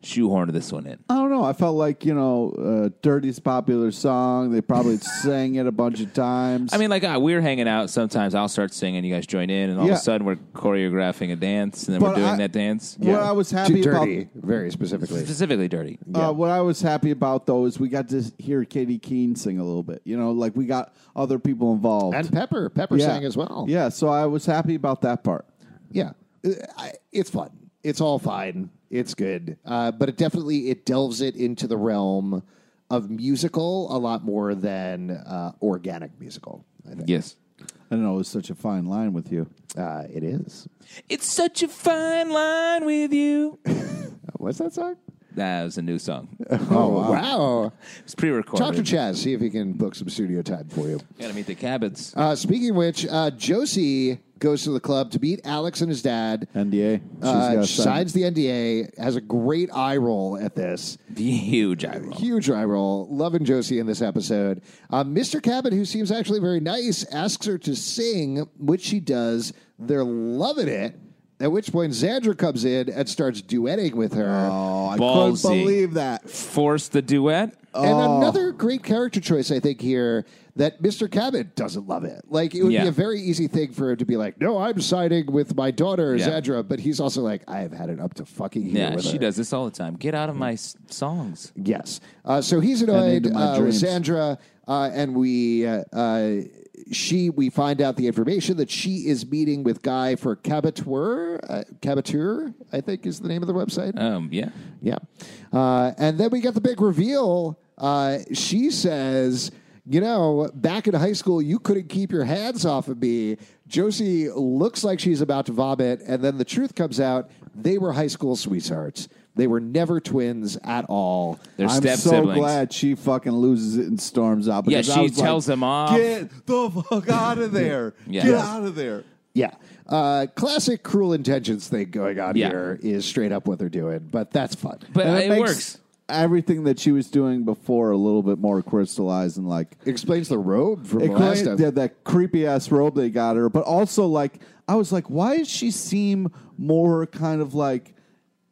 Speaker 2: shoehorned this one in.
Speaker 3: I don't know. I felt like you know, uh, "Dirty's" popular song. They probably sang it a bunch of times.
Speaker 2: I mean, like ah, we're hanging out. Sometimes I'll start singing, you guys join in, and all
Speaker 3: Yeah.
Speaker 2: of a sudden we're choreographing a dance, and then
Speaker 3: But
Speaker 2: we're doing
Speaker 3: I-
Speaker 2: that dance.
Speaker 3: what I was happy
Speaker 1: Too
Speaker 3: about
Speaker 1: dirty, very specifically.
Speaker 2: Specifically, dirty.
Speaker 3: Uh, what I was happy about though is we got to hear Katie Keene sing a little bit. You know, like we got other people involved.
Speaker 1: And Pepper, Pepper sang as well.
Speaker 3: Yeah, so I was happy about that part.
Speaker 1: yeah, Uh, I, it's fun. It's all fine. It's good, uh, but it definitely it delves it into the realm of musical a lot more than uh, organic musical. I think
Speaker 2: Yes.
Speaker 3: I don't know it was such a fine line with you.
Speaker 1: uh, it is.
Speaker 2: It's such a fine line with you.
Speaker 1: Uh, What's that song?
Speaker 2: That was a new song.
Speaker 1: Oh wow!
Speaker 2: It's pre-recorded.
Speaker 1: Talk to Chaz. See if he can book some studio time for you.
Speaker 2: Gotta meet the Cabots.
Speaker 1: Uh, speaking of which, uh, Josie goes to the club to meet Alex and his dad.
Speaker 3: NDA. She's
Speaker 1: Uh,
Speaker 3: got
Speaker 1: signs the NDA. Has a great eye roll at this.
Speaker 2: Huge eye roll.
Speaker 1: Huge eye roll. Loving Josie in this episode. Uh, Mr. Cabot, who seems actually very nice, asks her to sing, which she does. They're loving it. At which point, Xandra comes in and starts duetting with her.
Speaker 3: Oh, I
Speaker 2: Ballsy.
Speaker 3: couldn't believe that.
Speaker 2: Force the duet.
Speaker 1: And another great character choice, I think, here that Mr. Cabot doesn't love it. Like, it would
Speaker 2: Yeah.
Speaker 1: be a very easy thing for him to be like, no, I'm siding with my daughter,
Speaker 2: Yeah.
Speaker 1: Zandra. But he's also like, I have had it up to fucking here.
Speaker 2: Yeah,
Speaker 1: with
Speaker 2: she
Speaker 1: her."
Speaker 2: does this all the time. Get out of my s- songs.
Speaker 1: Yes. Uh, so he's annoyed
Speaker 3: into my
Speaker 1: uh, with
Speaker 3: dreams.
Speaker 1: Sandra, uh, and we uh, uh, she we find out the information that she is meeting with Guy for Caboteur. Uh, Caboteur, I think, is the name of the
Speaker 3: Uh.
Speaker 1: website.
Speaker 2: Um, yeah.
Speaker 1: yeah. Uh, and then we get the big reveal. Uh, she says. You know, back in high school, you couldn't keep your hands off of me. Josie looks like she's about to vomit, and then the truth comes out. They were high school sweethearts. They were never twins at all.
Speaker 2: They're
Speaker 3: I'm
Speaker 2: step
Speaker 3: so
Speaker 2: siblings.
Speaker 3: glad she fucking loses it and storms out.
Speaker 2: Yeah,
Speaker 3: because I
Speaker 2: she
Speaker 3: was like,
Speaker 2: tells them off.
Speaker 3: Get the fuck out of there.
Speaker 2: (laughs) Yeah.
Speaker 3: Get
Speaker 2: Yes.
Speaker 3: out of there.
Speaker 1: Yeah. Uh, classic cruel intentions thing going on
Speaker 2: Yeah.
Speaker 1: here is straight up what they're doing, but that's fun.
Speaker 2: But uh,
Speaker 3: And
Speaker 2: it,
Speaker 3: makes
Speaker 2: works.
Speaker 3: Everything that she was doing before a little bit more crystallized and like
Speaker 1: explains the robe from
Speaker 3: It
Speaker 1: the last
Speaker 3: claimed-
Speaker 1: time.
Speaker 3: yeah, that creepy ass robe they got her, but also like I was like, why does she seem more kind of like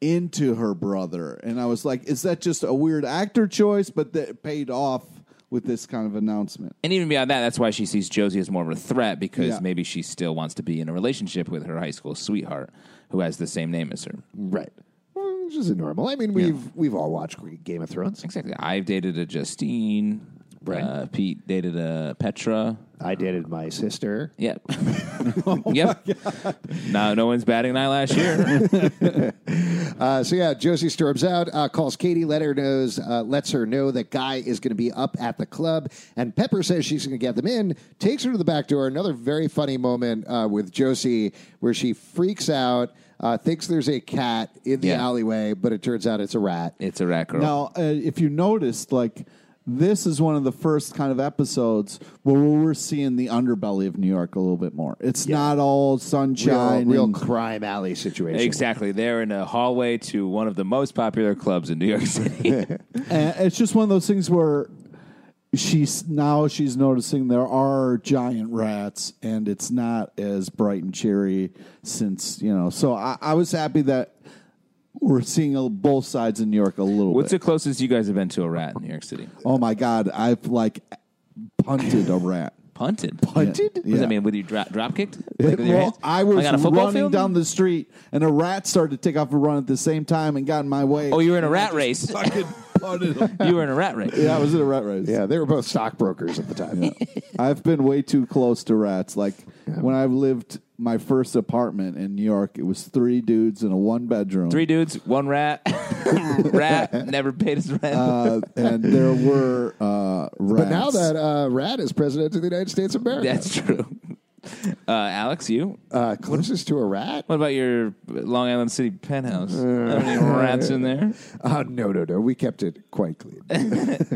Speaker 3: into her brother? And I was like, is that just a weird actor choice? But that paid off with this kind of announcement.
Speaker 2: And even beyond that, that's why she sees Josie as more of a threat because
Speaker 3: Yeah.
Speaker 2: maybe she still wants to be in a relationship with her high school sweetheart who has the same name as her.
Speaker 1: Right. Well, Which is normal. I mean, we've we've all watched Game of Thrones.
Speaker 2: Exactly. I've dated a Justine.
Speaker 1: Right.
Speaker 2: Uh, Pete dated a Petra.
Speaker 1: I dated my sister.
Speaker 2: (laughs)
Speaker 3: (laughs)
Speaker 2: Yep.
Speaker 3: Oh
Speaker 2: yep. Now no one's batting an eyelash
Speaker 3: (laughs)
Speaker 2: here.
Speaker 1: Uh, so yeah, Josie storms out, uh, calls Katie, let her knows, uh, lets her know that Guy is going to be up at the club, and Pepper says she's going to get them in. Takes her to the back door. Another very funny moment uh, with Josie where she freaks out, uh, thinks there's a cat in the
Speaker 2: Yeah.
Speaker 1: alleyway, but it turns out it's a rat.
Speaker 2: it's a rat girl.
Speaker 3: Now, uh, if you noticed, like this is one of the first kind of episodes where we're seeing the underbelly of New York a little bit more. It's not all
Speaker 1: Real,
Speaker 3: sunshine,
Speaker 1: real
Speaker 3: and-
Speaker 1: crime alley situation.
Speaker 2: Exactly. They're in a hallway to one of the most popular clubs in New York
Speaker 3: (laughs)
Speaker 2: City.
Speaker 3: And it's just one of those things where she's now she's noticing there are giant rats and it's not as bright and cheery since you know so i, I was happy that we're seeing a, both sides in new york a little
Speaker 2: What's the
Speaker 3: bit
Speaker 2: closest you guys have been to a rat in New York City?
Speaker 3: oh my god i've like punted
Speaker 2: (laughs)
Speaker 3: a rat
Speaker 2: Punted.
Speaker 3: Punted?
Speaker 2: What does
Speaker 3: Yeah.
Speaker 2: that mean? With you drop, drop kicked? Like with your hands?
Speaker 3: well, I was
Speaker 2: Like on a football
Speaker 3: running
Speaker 2: field?
Speaker 3: down the street, and a rat started to take off a run at the same time and got in my way.
Speaker 2: Oh, you were in a rat race.
Speaker 3: (laughs) fucking
Speaker 2: (laughs)
Speaker 3: punted him.
Speaker 2: you were in a rat race.
Speaker 3: Yeah, I was in a rat race.
Speaker 1: Yeah, they were both stockbrokers at the time.
Speaker 3: I've been way too close to rats. Like when I lived my first apartment in New York, it was three dudes in a one bedroom.
Speaker 2: Three dudes, one rat. (laughs) rat never paid his rent.
Speaker 3: uh, and there were uh, rats.
Speaker 1: But now that uh, Rat is president of the United States of America,
Speaker 2: That's
Speaker 1: (laughs)
Speaker 2: true. Uh, Alex, you?
Speaker 1: uh, closest to a rat?
Speaker 2: What about your Long Island City penthouse? Are there any rats in there?
Speaker 1: (laughs) Uh, no, no, no. We kept it quite
Speaker 2: (laughs)
Speaker 1: clean. (laughs)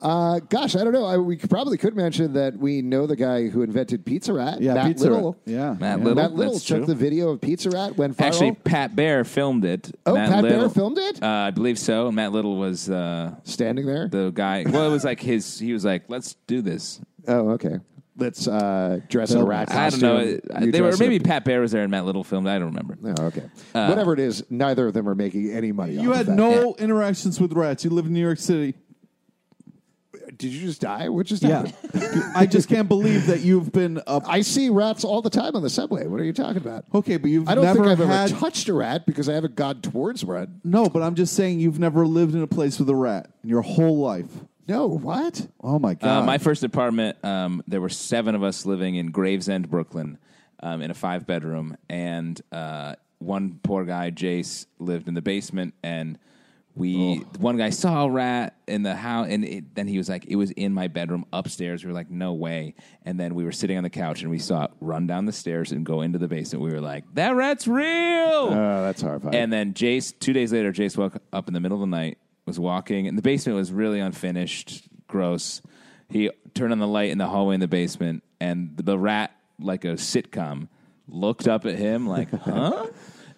Speaker 1: uh, gosh, I don't know. I, we could- probably could mention that we know the guy who invented Pizza Rat,
Speaker 3: yeah,
Speaker 1: Matt
Speaker 3: pizza.
Speaker 1: Little.
Speaker 3: Yeah,
Speaker 2: Matt
Speaker 3: yeah.
Speaker 2: Little.
Speaker 1: Matt Little
Speaker 2: that's
Speaker 1: took
Speaker 2: true.
Speaker 1: the video of Pizza Rat, went viral.
Speaker 2: Actually, Pat Bear filmed it.
Speaker 1: oh,
Speaker 2: Matt
Speaker 1: Pat Bear
Speaker 2: Little-
Speaker 1: filmed it?
Speaker 2: Uh, I believe so. And Matt Little was uh,
Speaker 1: Standing there?
Speaker 2: the guy. Well, it was like his. He was like, "Let's do this."
Speaker 1: oh, okay. Let's uh, dress in a rat
Speaker 2: I don't
Speaker 1: costume.
Speaker 2: know.
Speaker 1: You
Speaker 2: They were
Speaker 1: dress in a-
Speaker 2: maybe Uh, Pat Bear was there in Matt Littlefield. I don't remember.
Speaker 1: No, okay. Whatever it is, neither of them are making any money.
Speaker 3: You
Speaker 1: off of
Speaker 3: had
Speaker 1: that.
Speaker 3: no interactions with rats. You live in New York City.
Speaker 1: Did you just die? What just
Speaker 3: Yeah.
Speaker 1: happened?
Speaker 3: (laughs) I just can't believe that you've been up.
Speaker 1: I see rats all the time on the subway. What are you talking about?
Speaker 3: Okay, but you've
Speaker 1: I don't
Speaker 3: never
Speaker 1: think I've
Speaker 3: had.
Speaker 1: ever touched a rat because I haven't gone towards one.
Speaker 3: no, but I'm just saying you've never lived in a place with a rat in your whole life.
Speaker 1: No, what?
Speaker 3: Oh my
Speaker 2: Uh,
Speaker 3: god!
Speaker 2: my first apartment, um, there were seven of us living in Gravesend, Brooklyn, um, in a five bedroom. And uh, one poor guy, Jace, lived in the basement. And we, one guy saw a rat in the house. And it, then he was like, it was in my bedroom upstairs. We were like, no way. And then we were sitting on the couch and we saw it run down the stairs and go into the basement. We were like, that rat's real.
Speaker 1: Oh, that's horrifying.
Speaker 2: And then Jace, two days later, Jace woke up in the middle of the night, was walking, and the basement was really unfinished, gross. He turned on the light in the hallway in the basement, and the rat, like a sitcom, looked up at him
Speaker 3: (laughs)
Speaker 2: like, huh?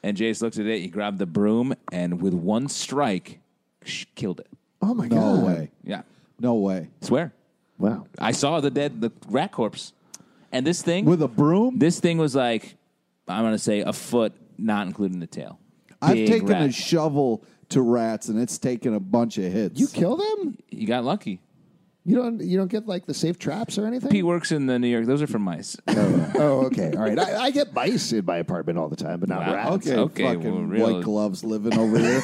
Speaker 2: And Jace looked at it, he grabbed the broom, and with one strike, sh- killed it.
Speaker 1: oh my
Speaker 3: no
Speaker 1: god!
Speaker 3: way!
Speaker 2: Yeah.
Speaker 3: No way!
Speaker 2: Swear.
Speaker 1: Wow.
Speaker 2: I saw the dead, the rat corpse. And this thing,
Speaker 3: With a broom?
Speaker 2: this thing was like, I'm going to say a foot, not including the tail.
Speaker 3: I've
Speaker 2: Big
Speaker 3: taken
Speaker 2: rat.
Speaker 3: a shovel to rats, and it's taken a bunch of hits.
Speaker 1: You kill them?
Speaker 2: you got lucky.
Speaker 1: You don't? You don't get like the safe traps or anything?
Speaker 2: Pete works in the New York. Those are from mice.
Speaker 1: oh, oh, okay. All right. I, I get mice in my apartment all the time, but not
Speaker 2: Wow.
Speaker 1: rats.
Speaker 3: okay,
Speaker 2: Okay,
Speaker 3: fucking
Speaker 2: well, real-
Speaker 3: white gloves living
Speaker 1: (laughs)
Speaker 3: over here.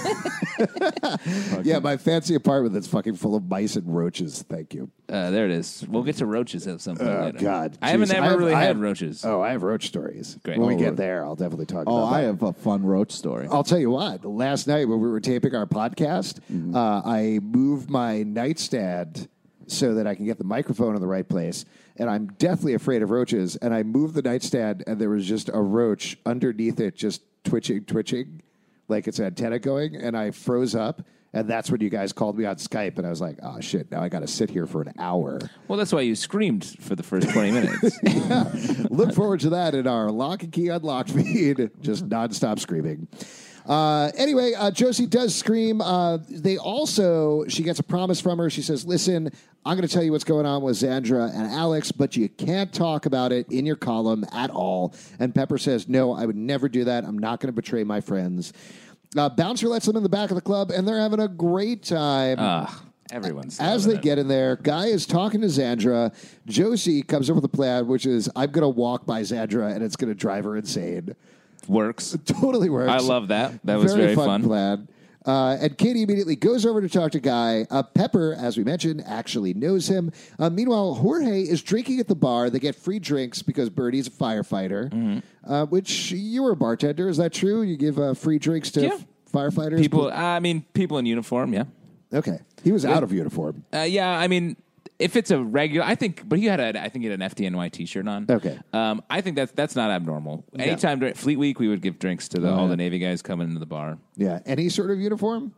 Speaker 1: Yeah, my fancy apartment that's fucking full of mice and roaches. Thank you.
Speaker 2: Uh, there it is. We'll get to roaches at some point
Speaker 1: Oh
Speaker 2: later.
Speaker 1: God,
Speaker 2: I haven't
Speaker 1: Jeez.
Speaker 2: ever
Speaker 1: I have-
Speaker 2: really
Speaker 1: I
Speaker 2: had
Speaker 1: have-
Speaker 2: roaches.
Speaker 1: Oh, I have roach stories.
Speaker 2: Great.
Speaker 1: When we
Speaker 2: Oh,
Speaker 1: get
Speaker 2: roach.
Speaker 1: there, I'll definitely talk.
Speaker 3: oh,
Speaker 1: about that.
Speaker 3: I have a fun roach story.
Speaker 1: I'll tell you what. Last night when we were taping our podcast, uh, I moved my nightstand so that I can get the microphone in the right place, and I'm deathly afraid of roaches. And I moved the nightstand, and there was just a roach underneath it, just twitching, twitching, like its antenna going. And I froze up, and that's when you guys called me on Skype, and I was like, "Oh shit! Now I got to sit here for an hour."
Speaker 2: Well, that's why you screamed for the first twenty
Speaker 1: (laughs)
Speaker 2: minutes.
Speaker 1: Look forward to that in our lock and key unlocked (laughs) feed. Just nonstop screaming. Uh, anyway, uh, Josie does scream. Uh, they also, she gets a promise from her. She says, Listen, I'm going to tell you what's going on with Zandra and Alex, but you can't talk about it in your column at all. And Pepper says, No, I would never do that. I'm not going to betray my friends. Uh, Bouncer lets them in the back of the club, and they're having a great time.
Speaker 2: Ugh, Ah, everyone's
Speaker 1: As
Speaker 2: loving
Speaker 1: they
Speaker 2: it.
Speaker 1: get in there, Guy is talking to Zandra. Josie comes up with a plan, which is I'm going to walk by Zandra and it's going to drive her insane. (laughs)
Speaker 2: works.
Speaker 1: Totally works.
Speaker 2: I love that. That was very, fun.
Speaker 1: plan. Uh, and Katie immediately goes over to talk to Guy. Uh, Pepper, as we mentioned, actually knows him. Uh, meanwhile, Jorge is drinking at the bar. They get free drinks because Birdie's a firefighter,
Speaker 2: Mm-hmm.
Speaker 1: uh, which you were a bartender. Is that true? You give uh, free drinks to
Speaker 2: Yeah.
Speaker 1: firefighters?
Speaker 2: People, I mean, people in uniform. Yeah,
Speaker 1: Okay. He was out of uniform.
Speaker 2: uh, yeah. I mean, if it's a regular, I think. But he had a, I think he had an FDNY T-shirt on.
Speaker 1: Okay.
Speaker 2: Um, I think that's that's not abnormal. Anytime during Fleet Week, we would give drinks to the, all the Navy guys coming into the bar.
Speaker 1: Yeah. Any sort of uniform?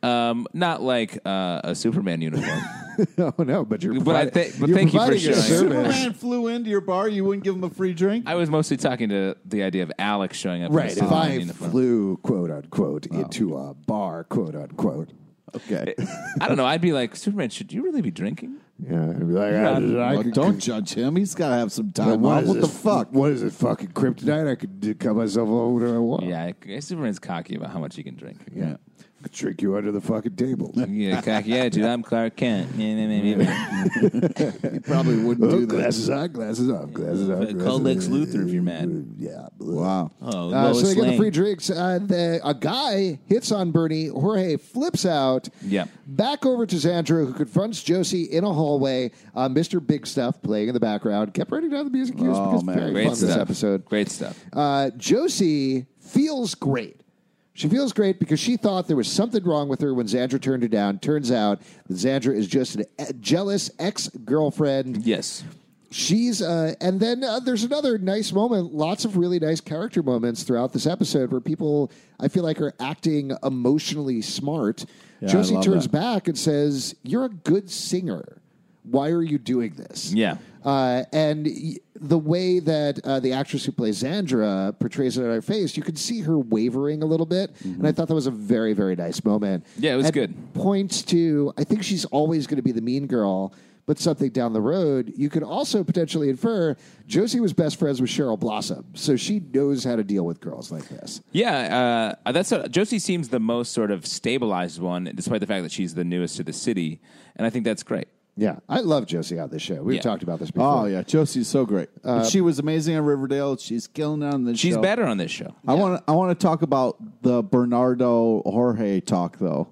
Speaker 2: Um, not like uh, a Superman uniform.
Speaker 1: (laughs) No, no, but you're.
Speaker 2: But I
Speaker 1: providing-
Speaker 2: thi- but
Speaker 1: you're
Speaker 2: thank you for
Speaker 1: providing a
Speaker 2: sharing.
Speaker 1: service.
Speaker 3: Superman flew into your bar. You wouldn't give him a free drink.
Speaker 2: I was mostly talking to the idea of Alex showing up.
Speaker 1: Right.
Speaker 2: in a
Speaker 1: If I
Speaker 2: uniform.
Speaker 1: flew, quote unquote,
Speaker 2: Oh,
Speaker 1: into a bar, quote unquote.
Speaker 3: Okay.
Speaker 2: I don't know. I'd be like, Superman, should you really be drinking?
Speaker 1: Yeah, I'd be like, I- I
Speaker 3: Well,
Speaker 1: could-
Speaker 3: don't judge him. He's got to have some
Speaker 1: Well,
Speaker 3: time off.
Speaker 1: is
Speaker 3: What the
Speaker 1: it-
Speaker 3: fuck?
Speaker 1: What is it? Fucking kryptonite? I could d- cut myself over whatever I want.
Speaker 2: Yeah, I- I- Superman's cocky about how much he can drink.
Speaker 1: yeah. I could drink you under the fucking table.
Speaker 2: Yeah, cocky attitude. I'm Clark Kent. Yeah, yeah, yeah,
Speaker 1: (laughs)
Speaker 2: yeah.
Speaker 3: He probably wouldn't
Speaker 1: Oh,
Speaker 3: do that.
Speaker 1: glasses on, glasses off, glasses on. glasses
Speaker 2: Call Lex
Speaker 1: off.
Speaker 2: Luthor if you're mad.
Speaker 1: Yeah.
Speaker 3: Wow.
Speaker 2: Oh,
Speaker 1: Uh, so
Speaker 2: Lois
Speaker 1: they get the
Speaker 2: Lane.
Speaker 1: free drinks. Uh, the, a guy hits on Bernie. Jorge flips out.
Speaker 2: Yeah.
Speaker 1: Back over to Sandra, who confronts Josie in a hallway. Uh, Mr. Big Stuff playing in the background. Kept writing down the music cues
Speaker 3: Oh,
Speaker 1: because
Speaker 3: man.
Speaker 1: very
Speaker 2: Great
Speaker 1: fun
Speaker 2: stuff.
Speaker 1: this episode.
Speaker 2: Great stuff.
Speaker 1: Uh, Josie feels great. She feels great because she thought there was something wrong with her when Xandra turned her down. Turns out that Xandra is just a a jealous ex girlfriend.
Speaker 2: Yes.
Speaker 1: She's uh, and then uh, there's another nice moment. Lots of really nice character moments throughout this episode where people I feel like are acting emotionally smart.
Speaker 3: Yeah, I
Speaker 1: Josie
Speaker 3: love
Speaker 1: turns
Speaker 3: that.
Speaker 1: back and says, "You're a good singer. Why are you doing this?"
Speaker 2: Yeah.
Speaker 1: Uh, and y- the way that uh, the actress who plays Zandra portrays it on her face, you could see her wavering a little bit. And I thought that was a very, very nice moment.
Speaker 2: Mm-hmm. Yeah, it was
Speaker 1: And
Speaker 2: good.
Speaker 1: Points to, I think she's always going to be the mean girl, but something down the road, you could also potentially infer Josie was best friends with Cheryl Blossom, so she knows how to deal with girls like this.
Speaker 2: Yeah, uh, that's what, Josie seems the most sort of stabilized one, despite the fact that she's the newest to the city, and I think that's great.
Speaker 1: Yeah, I love Josie on this show. We've
Speaker 2: Yeah.
Speaker 1: talked about this before.
Speaker 3: Oh yeah, Josie's so great.
Speaker 1: Uh,
Speaker 3: But she was amazing on Riverdale. She's killing it on the
Speaker 2: She's
Speaker 3: show.
Speaker 2: better on this show.
Speaker 3: I want I want to talk about the Bernardo Jorge talk though.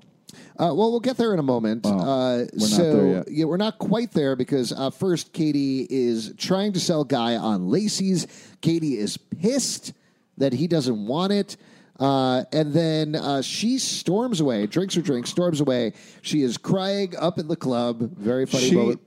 Speaker 1: Uh, well, we'll get there in a moment. uh,
Speaker 3: not
Speaker 1: so,
Speaker 3: there yet.
Speaker 1: Yeah, we're not quite there because uh, first, Katie is trying to sell Guy on Lacey's. Katie is pissed that he doesn't want it. Uh, and then uh, she storms away, drinks her drink, storms away. She is crying up in the club. Very funny
Speaker 3: She
Speaker 1: moment.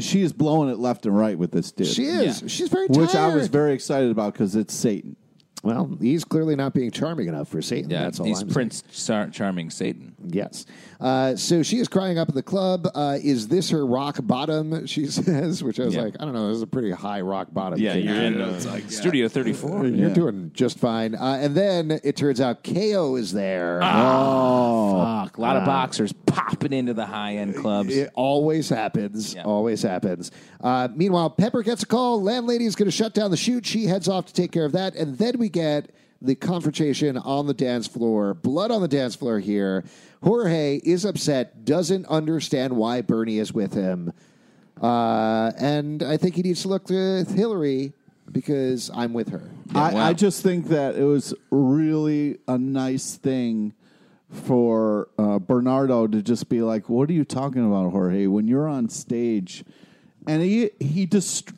Speaker 3: she is blowing it left and right with this dude.
Speaker 1: She is.
Speaker 2: Yeah.
Speaker 1: She's very tired.
Speaker 3: which I was very excited about because it's Satan.
Speaker 1: well, he's clearly not being charming enough for Satan.
Speaker 2: Yeah,
Speaker 1: That's all
Speaker 2: he's
Speaker 1: I'm saying.
Speaker 2: Prince Char- Charming Satan.
Speaker 1: Yes. Uh, so she is crying up at the club. Uh, is this her rock bottom? (laughs) She says, which I was
Speaker 2: Yeah.
Speaker 1: like, I don't know. This is a pretty high rock bottom.
Speaker 2: Yeah,
Speaker 1: Katie.
Speaker 2: you're in like, Studio 34.
Speaker 1: You're
Speaker 3: Yeah.
Speaker 1: doing just fine. Uh, and then it turns out KO is there.
Speaker 2: Ah. Fuck, a lot
Speaker 3: Ah.
Speaker 2: of boxers popping into the high end clubs.
Speaker 1: It always happens.
Speaker 2: Yeah.
Speaker 1: Always happens. Uh, meanwhile, Pepper gets a call. Landlady is going to shut down the shoot. She heads off to take care of that. And then we get the confrontation on the dance floor. Blood on the dance floor here. Jorge is upset, doesn't understand why Bernie is with him. Uh, and I think he needs to look to Hillary because I'm with her.
Speaker 3: I,
Speaker 2: wow.
Speaker 3: I just think that it was really a nice thing for uh, Bernardo to just be like, "What are you talking about, Jorge? When you're on stage." And he he uh, just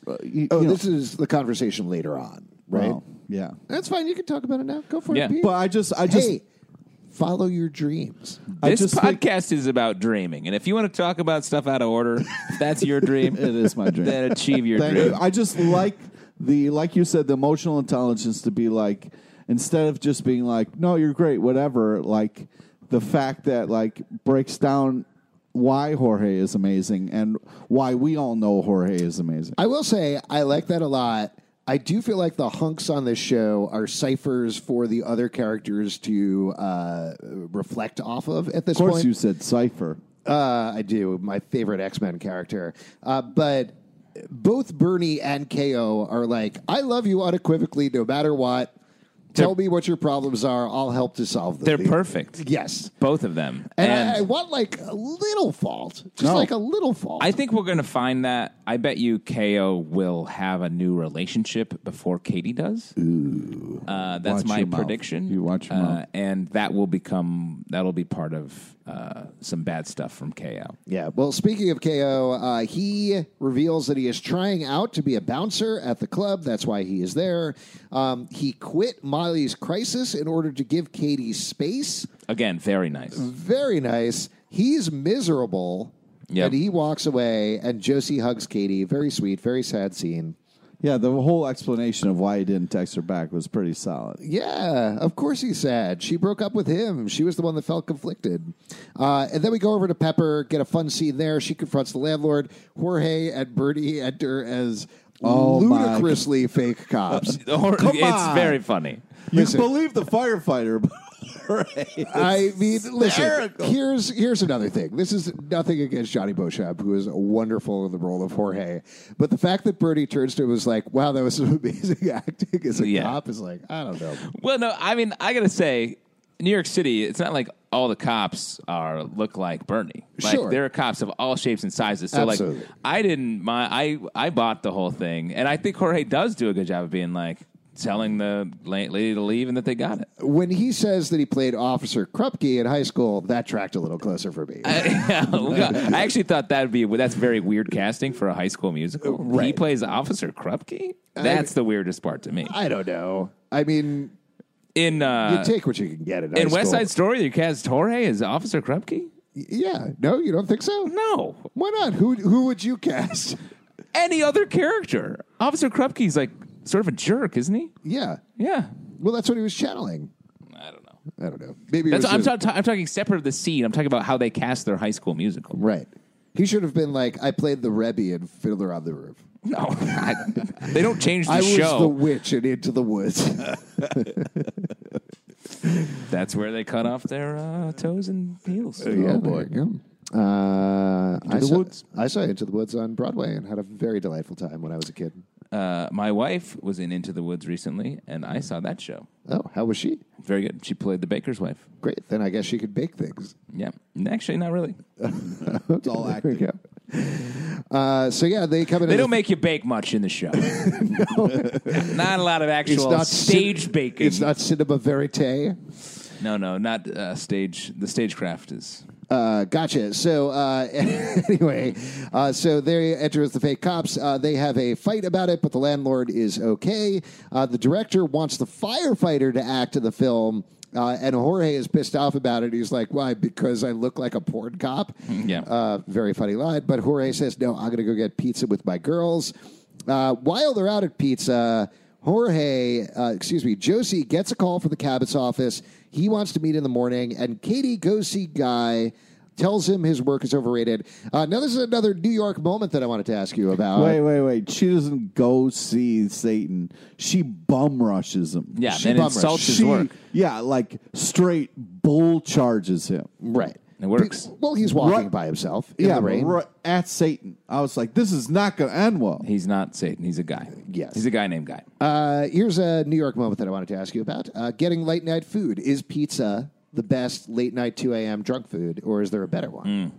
Speaker 1: Oh, this is the conversation later on, right?
Speaker 3: yeah.
Speaker 1: That's fine. You can talk about it now. Go for
Speaker 2: Yeah.
Speaker 1: it. Pete.
Speaker 3: But I just I just
Speaker 1: hey, follow your dreams.
Speaker 3: I
Speaker 2: This
Speaker 3: just think-
Speaker 2: podcast is about dreaming, and if you want to talk about stuff out of order, if that's your
Speaker 3: (laughs)
Speaker 2: dream,
Speaker 3: it is
Speaker 1: (laughs)
Speaker 3: my dream.
Speaker 2: then achieve your
Speaker 3: Thank
Speaker 2: dream.
Speaker 3: you. I just like the like you said the emotional intelligence to be like instead of just being like no you're great whatever like the fact that like breaks down why Jorge is amazing and why we all know Jorge is amazing.
Speaker 1: I will say I like that a lot. I do feel like the hunks on this show are ciphers for the other characters to uh, reflect off of at this
Speaker 3: Of course
Speaker 1: point.
Speaker 3: you said cipher.
Speaker 1: Uh, I do. My favorite X Men character. Uh, but both Bernie and KO are like, I love you unequivocally no matter what. Tell me what your problems are. I'll help to solve them.
Speaker 2: They're perfect,
Speaker 1: Yes.
Speaker 2: both of them.
Speaker 1: And, I, I want like a little fault. Just
Speaker 3: No.
Speaker 1: like a little fault.
Speaker 2: I think we're going to find that. I bet you KO will have a new relationship before Katie does. Ooh, uh, that's
Speaker 3: Watch
Speaker 2: my
Speaker 3: your mouth.
Speaker 2: prediction.
Speaker 3: You watch your
Speaker 2: uh,
Speaker 3: mouth.
Speaker 2: and that will become that'll be part of uh, some bad stuff from KO.
Speaker 1: Yeah. Well, speaking of KO, uh, he reveals that he is trying out to be a bouncer at the club. That's why he is there. Um, he quit Molly's crisis in order to give Katie space.
Speaker 2: Again, very nice.
Speaker 1: Very nice. He's miserable.
Speaker 2: Yep.
Speaker 1: And he walks away, and Josie hugs Katie. Very sweet, very sad scene.
Speaker 3: Yeah, the whole explanation of why he didn't text her back was pretty solid.
Speaker 1: Yeah, of course he's sad. She broke up with him. She was the one that felt conflicted. Uh, and then we go over to Pepper, get a fun scene there. She confronts the landlord. Jorge and Bernie enter as
Speaker 3: Oh, my.
Speaker 1: ludicrously fake cops.
Speaker 3: Come
Speaker 2: it's
Speaker 3: on.
Speaker 2: very funny.
Speaker 3: You
Speaker 1: Listen.
Speaker 3: believe the firefighter, (laughs) but Jorge
Speaker 1: I mean, listen.
Speaker 3: hysterical.
Speaker 1: Here's here's another thing. This is nothing against Johnny Beauchamp, who is wonderful in the role of Jorge. But the fact that Bernie turns to him was like, "Wow, that was some (laughs) amazing acting as a
Speaker 2: Yeah.
Speaker 1: cop," is like, I don't know.
Speaker 2: Well, no, I mean, I gotta say, New York City. It's not like all the cops are look like Bernie. Like
Speaker 1: Sure.
Speaker 2: there are cops of all shapes and sizes. So
Speaker 1: Absolutely.
Speaker 2: like, I didn't. My I I bought the whole thing, and I think Jorge does do a good job of being like telling the la- lady to leave and that they got it. (laughs)
Speaker 1: When he says that he played Officer Krupke in high school, that tracked a little closer for me.
Speaker 2: I actually thought that would be that's very weird casting for a high school musical. He
Speaker 1: Right.
Speaker 2: plays Officer Krupke. That's the weirdest part to me.
Speaker 1: I don't know. I mean,
Speaker 2: In
Speaker 1: you
Speaker 2: uh,
Speaker 1: take what you can get in, high
Speaker 2: in West
Speaker 1: school.
Speaker 2: Side Story, you cast Jorge as Officer Krupke.
Speaker 1: Yeah, no, you don't think so?
Speaker 2: No,
Speaker 1: Why not? Who who would you cast? (laughs)
Speaker 2: any other character. Officer Krupke's like sort of a jerk, isn't he?
Speaker 1: yeah,
Speaker 2: Yeah.
Speaker 1: well, that's what he was channeling.
Speaker 2: I don't know.
Speaker 1: I don't know. Maybe it
Speaker 2: That's,
Speaker 1: was
Speaker 2: I'm,
Speaker 1: just-
Speaker 2: ta- I'm talking separate of the scene. I'm talking about how they cast their high school musical.
Speaker 1: right. He should have been like, I played the Rebbe in Fiddler on the Roof.
Speaker 2: No, (laughs) I- they don't change the
Speaker 1: I was the
Speaker 2: show. Oh,
Speaker 1: witch in Into the
Speaker 2: (laughs)
Speaker 1: Woods.
Speaker 2: That's where they cut off their uh, toes and heels.
Speaker 1: Yeah, there you go. Uh, I,
Speaker 2: the
Speaker 1: saw,
Speaker 2: Woods?
Speaker 1: I saw Into the Woods on Broadway and had a very delightful time when I was a kid.
Speaker 2: Uh, my wife was in Into the Woods recently, and I saw that show.
Speaker 1: Oh, how was she?
Speaker 2: Very good. She played the baker's wife.
Speaker 1: Great. Then I guess she could bake things.
Speaker 2: Yeah, actually, not really.
Speaker 3: It's
Speaker 1: (laughs)
Speaker 3: all
Speaker 1: There
Speaker 3: acting.
Speaker 1: you go. Uh, so yeah, they come in.
Speaker 2: They
Speaker 1: and-
Speaker 2: don't make you bake much in
Speaker 1: (laughs)
Speaker 2: the show. not a lot of
Speaker 1: it's
Speaker 2: actual
Speaker 1: not
Speaker 2: stage
Speaker 1: cin-
Speaker 2: baking.
Speaker 1: It's not cinema verite.
Speaker 2: no, no, not uh, stage. The stagecraft is
Speaker 1: Uh, gotcha. So uh, (laughs) anyway, uh, so they enter as the fake cops. Uh, they have a fight about it, but the landlord is okay. Uh, the director wants the firefighter to act in the film. Uh, and Jorge is pissed off about it. He's like, "Why? Because I look like a porn cop."
Speaker 2: Yeah.
Speaker 1: Uh, very funny line. But Jorge says, "No, I'm going to go get pizza with my girls." Uh, while they're out at pizza, Jorge, uh, excuse me, Josie gets a call from the cabot's office. He wants to meet in the morning, and Katie goes see Guy, tells him his work is overrated. Uh, now, this is another New York moment that I wanted to ask you about.
Speaker 3: Wait, wait, wait. She doesn't go see Satan. She bum rushes him.
Speaker 2: yeah,
Speaker 1: She
Speaker 2: and
Speaker 1: bummer.
Speaker 2: insults his
Speaker 3: She-
Speaker 2: work.
Speaker 3: Yeah, like straight bull charges him.
Speaker 1: Right.
Speaker 2: It works.
Speaker 1: Well, he's walking
Speaker 3: Right.
Speaker 1: by himself in
Speaker 3: yeah,
Speaker 1: the rain.
Speaker 3: ri- at Satan. I was like, this is not going to end well.
Speaker 2: He's not Satan. He's a guy.
Speaker 1: Yes.
Speaker 2: he's a guy named Guy.
Speaker 1: Uh, here's a New York moment that I wanted to ask you about. Uh, getting late night food. Is pizza the best late night 2 a.m. drunk food, or is there a better one?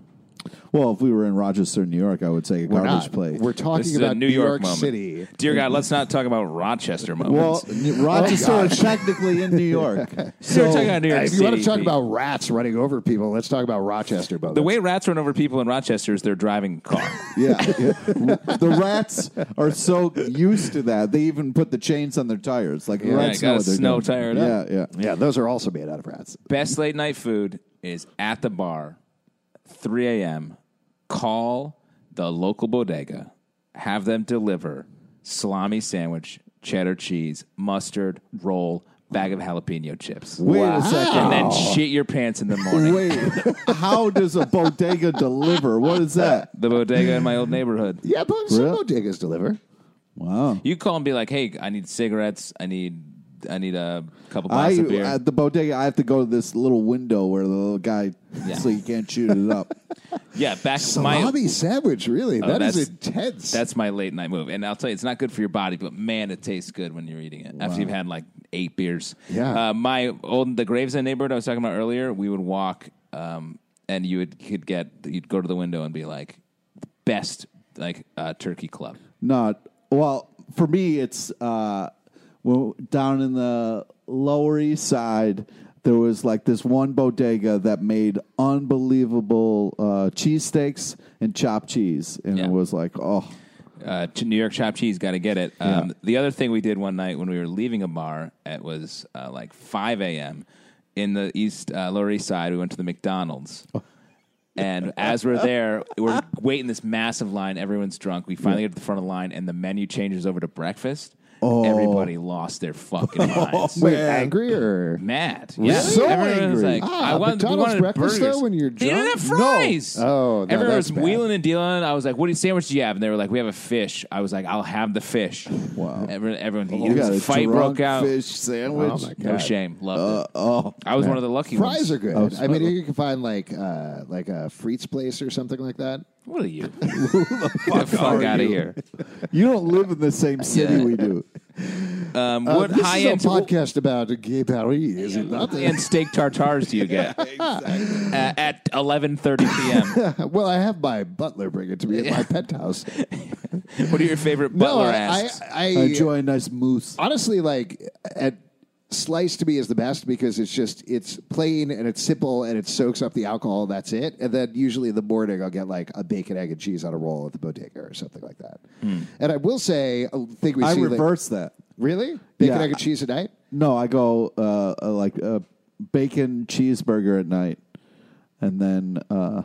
Speaker 3: Well, if we were in Rochester, New York, I would say a
Speaker 1: We're
Speaker 3: garbage
Speaker 1: not.
Speaker 3: place.
Speaker 1: We're talking
Speaker 2: this is
Speaker 1: about
Speaker 2: a New York, moment.
Speaker 1: City.
Speaker 2: Dear God, let's not talk about Rochester
Speaker 3: well,
Speaker 2: moments.
Speaker 3: n- Rochester
Speaker 2: Oh,
Speaker 3: is technically in
Speaker 2: (laughs)
Speaker 3: New York.
Speaker 2: We're talking about New York
Speaker 1: if you
Speaker 2: City,
Speaker 1: want to talk
Speaker 2: Pete.
Speaker 1: about rats running over people, let's talk about Rochester. Moments.
Speaker 2: the way rats run over people in Rochester is they're driving a car. (laughs)
Speaker 3: yeah. the rats are so used to that. They even put the chains on their tires. Like, rats
Speaker 2: got
Speaker 3: know
Speaker 2: a
Speaker 3: what they're
Speaker 2: snow
Speaker 3: doing.
Speaker 2: tire it
Speaker 3: Yeah,
Speaker 2: up.
Speaker 3: yeah.
Speaker 1: yeah, those are also made out of rats.
Speaker 2: Best late night food is at the bar, 3 a.m. Call the local bodega, have them deliver salami sandwich, cheddar cheese, mustard, roll, bag of jalapeno chips.
Speaker 3: Wait
Speaker 1: Wow.
Speaker 3: a second.
Speaker 2: And then shit your pants in
Speaker 1: (laughs)
Speaker 2: the morning.
Speaker 3: Wait, how does a bodega deliver? What is that?
Speaker 2: The bodega in my old neighborhood.
Speaker 1: Yeah, but some
Speaker 3: Really?
Speaker 1: bodegas deliver.
Speaker 3: Wow.
Speaker 2: You call and be like, hey, I need cigarettes. I need I need a couple
Speaker 3: I
Speaker 2: glasses of beer.
Speaker 1: uh,
Speaker 3: at the bodega, I have to go to this little window where the little guy,
Speaker 2: Yeah.
Speaker 3: so you can't shoot it
Speaker 2: (laughs)
Speaker 3: up.
Speaker 2: yeah, back my Oh,
Speaker 1: Salami sandwich, really? that is
Speaker 2: that's-
Speaker 1: intense.
Speaker 2: That's my late night move. And I'll tell you, it's not good for your body, but man, it tastes good when you're eating it after you've had like eight beers.
Speaker 1: Yeah.
Speaker 2: Uh, my old, the Gravesend neighborhood I was talking about earlier, we would walk um, and you would could get, you'd go to the window and be like, best like uh, turkey club.
Speaker 3: Not well for me. It's uh, well, down in the Lower East Side. There was like this one bodega that made unbelievable uh, cheesesteaks and chopped cheese, and
Speaker 2: Yeah.
Speaker 3: it was like, oh,
Speaker 2: Uh, to New York chopped cheese, got to get it. Um, The other thing we did one night when we were leaving a bar, it was uh, like 5 a.m. in the East uh, Lower East Side. We went to the McDonald's. And as we're there, we're waiting this massive line. Everyone's drunk. We finally get to the front of the line, and the menu changes over to breakfast. Everybody lost their fucking minds.
Speaker 1: Wait, angry or
Speaker 2: Mad, yeah.
Speaker 1: So
Speaker 2: Everyone was
Speaker 1: angry.
Speaker 2: like,
Speaker 1: Ah,
Speaker 2: I want,
Speaker 1: McDonald's
Speaker 2: we wanted
Speaker 1: breakfast,
Speaker 2: burgers.
Speaker 1: though, when you're
Speaker 2: they didn't
Speaker 1: drunk?
Speaker 2: have
Speaker 1: No.
Speaker 2: fries.
Speaker 1: Oh, no,
Speaker 2: everyone
Speaker 1: that's
Speaker 2: was
Speaker 1: bad.
Speaker 2: wheeling and dealing. I was like, "What do you sandwich do you have?" And they were like, "We have a fish." I was like, "I'll have the fish."
Speaker 3: Wow.
Speaker 2: Everyone, everyone
Speaker 3: we
Speaker 2: it was
Speaker 3: got
Speaker 2: a
Speaker 3: a
Speaker 2: fight
Speaker 3: drunk
Speaker 2: broke out.
Speaker 3: fish sandwich.
Speaker 1: Oh, my
Speaker 2: No
Speaker 1: God.
Speaker 2: shame. Loved it. I was one of the lucky
Speaker 1: fries
Speaker 2: ones.
Speaker 1: are good. I
Speaker 2: oh.
Speaker 1: mean, you can find like uh, like a Frites place or something like that.
Speaker 2: What are
Speaker 1: (laughs)
Speaker 2: you? Get the fuck
Speaker 3: are
Speaker 2: out of
Speaker 3: you?
Speaker 2: here.
Speaker 3: You don't live in the same city
Speaker 2: Yeah.
Speaker 3: we do.
Speaker 2: Um,
Speaker 1: Uh,
Speaker 2: what
Speaker 1: this
Speaker 2: high
Speaker 1: is a
Speaker 2: end
Speaker 1: podcast about gay Paris, is it not?
Speaker 2: and steak tartars do
Speaker 1: (laughs)
Speaker 2: you get uh, at eleven thirty p.m.?
Speaker 1: (laughs) well, I have my butler bring it to me at my penthouse.
Speaker 2: what are your favorite
Speaker 1: no,
Speaker 2: butler
Speaker 1: I,
Speaker 2: asks? Uh,
Speaker 1: I, I
Speaker 3: I enjoy a nice moose.
Speaker 1: honestly like at slice to me is the best because it's just it's plain and it's simple and it soaks up the alcohol that's it and then usually in the morning i'll get like a bacon egg and cheese on a roll at the bodega or something like that and i will say a thing we
Speaker 3: I
Speaker 1: see like-
Speaker 3: reverse that.
Speaker 1: really bacon
Speaker 3: Yeah.
Speaker 1: egg and cheese at night
Speaker 3: No, I go uh, uh, like a bacon cheeseburger at night, and then uh,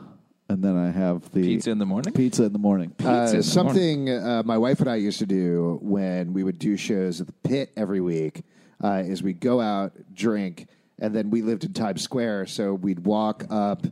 Speaker 3: and then I have the
Speaker 2: Pizza in the morning.
Speaker 3: pizza in the morning.
Speaker 1: Uh,
Speaker 2: Pizza in the
Speaker 1: something uh, my wife and I used to do when we would do shows at the pit every week uh, is we'd go out, drink, and then we lived in Times Square, so we'd walk up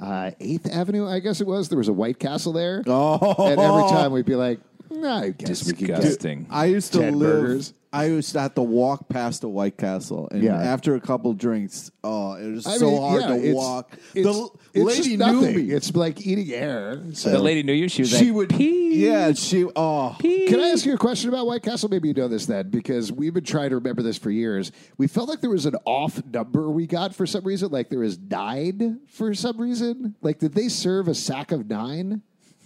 Speaker 1: uh, 8th Avenue, I guess it was. There was a White Castle there.
Speaker 3: (laughs) Oh.
Speaker 1: And every time we'd be like, "Nah, I guess we could get
Speaker 2: Disgusting.
Speaker 3: I used to
Speaker 1: Ted
Speaker 3: live.
Speaker 1: burgers.
Speaker 3: I used to have to walk past the White Castle, and
Speaker 1: Yeah.
Speaker 3: after a couple drinks, oh, it was
Speaker 1: I
Speaker 3: so
Speaker 1: mean,
Speaker 3: hard
Speaker 1: yeah,
Speaker 3: to
Speaker 1: it's-
Speaker 3: walk.
Speaker 1: It's,
Speaker 3: the l-
Speaker 1: it's
Speaker 3: lady
Speaker 1: just
Speaker 3: knew
Speaker 1: nothing.
Speaker 3: me.
Speaker 1: It's like eating air. So.
Speaker 2: The lady knew you. She was
Speaker 3: She
Speaker 2: like,
Speaker 3: would,
Speaker 2: pee,
Speaker 3: yeah, she. Oh,
Speaker 2: pee.
Speaker 1: Can I ask you a question about White Castle? Maybe you know this then, because we've been trying to remember this for years. We felt like there was an off number we got for some reason, like there was nine for some reason. Like, did they serve a sack of nine?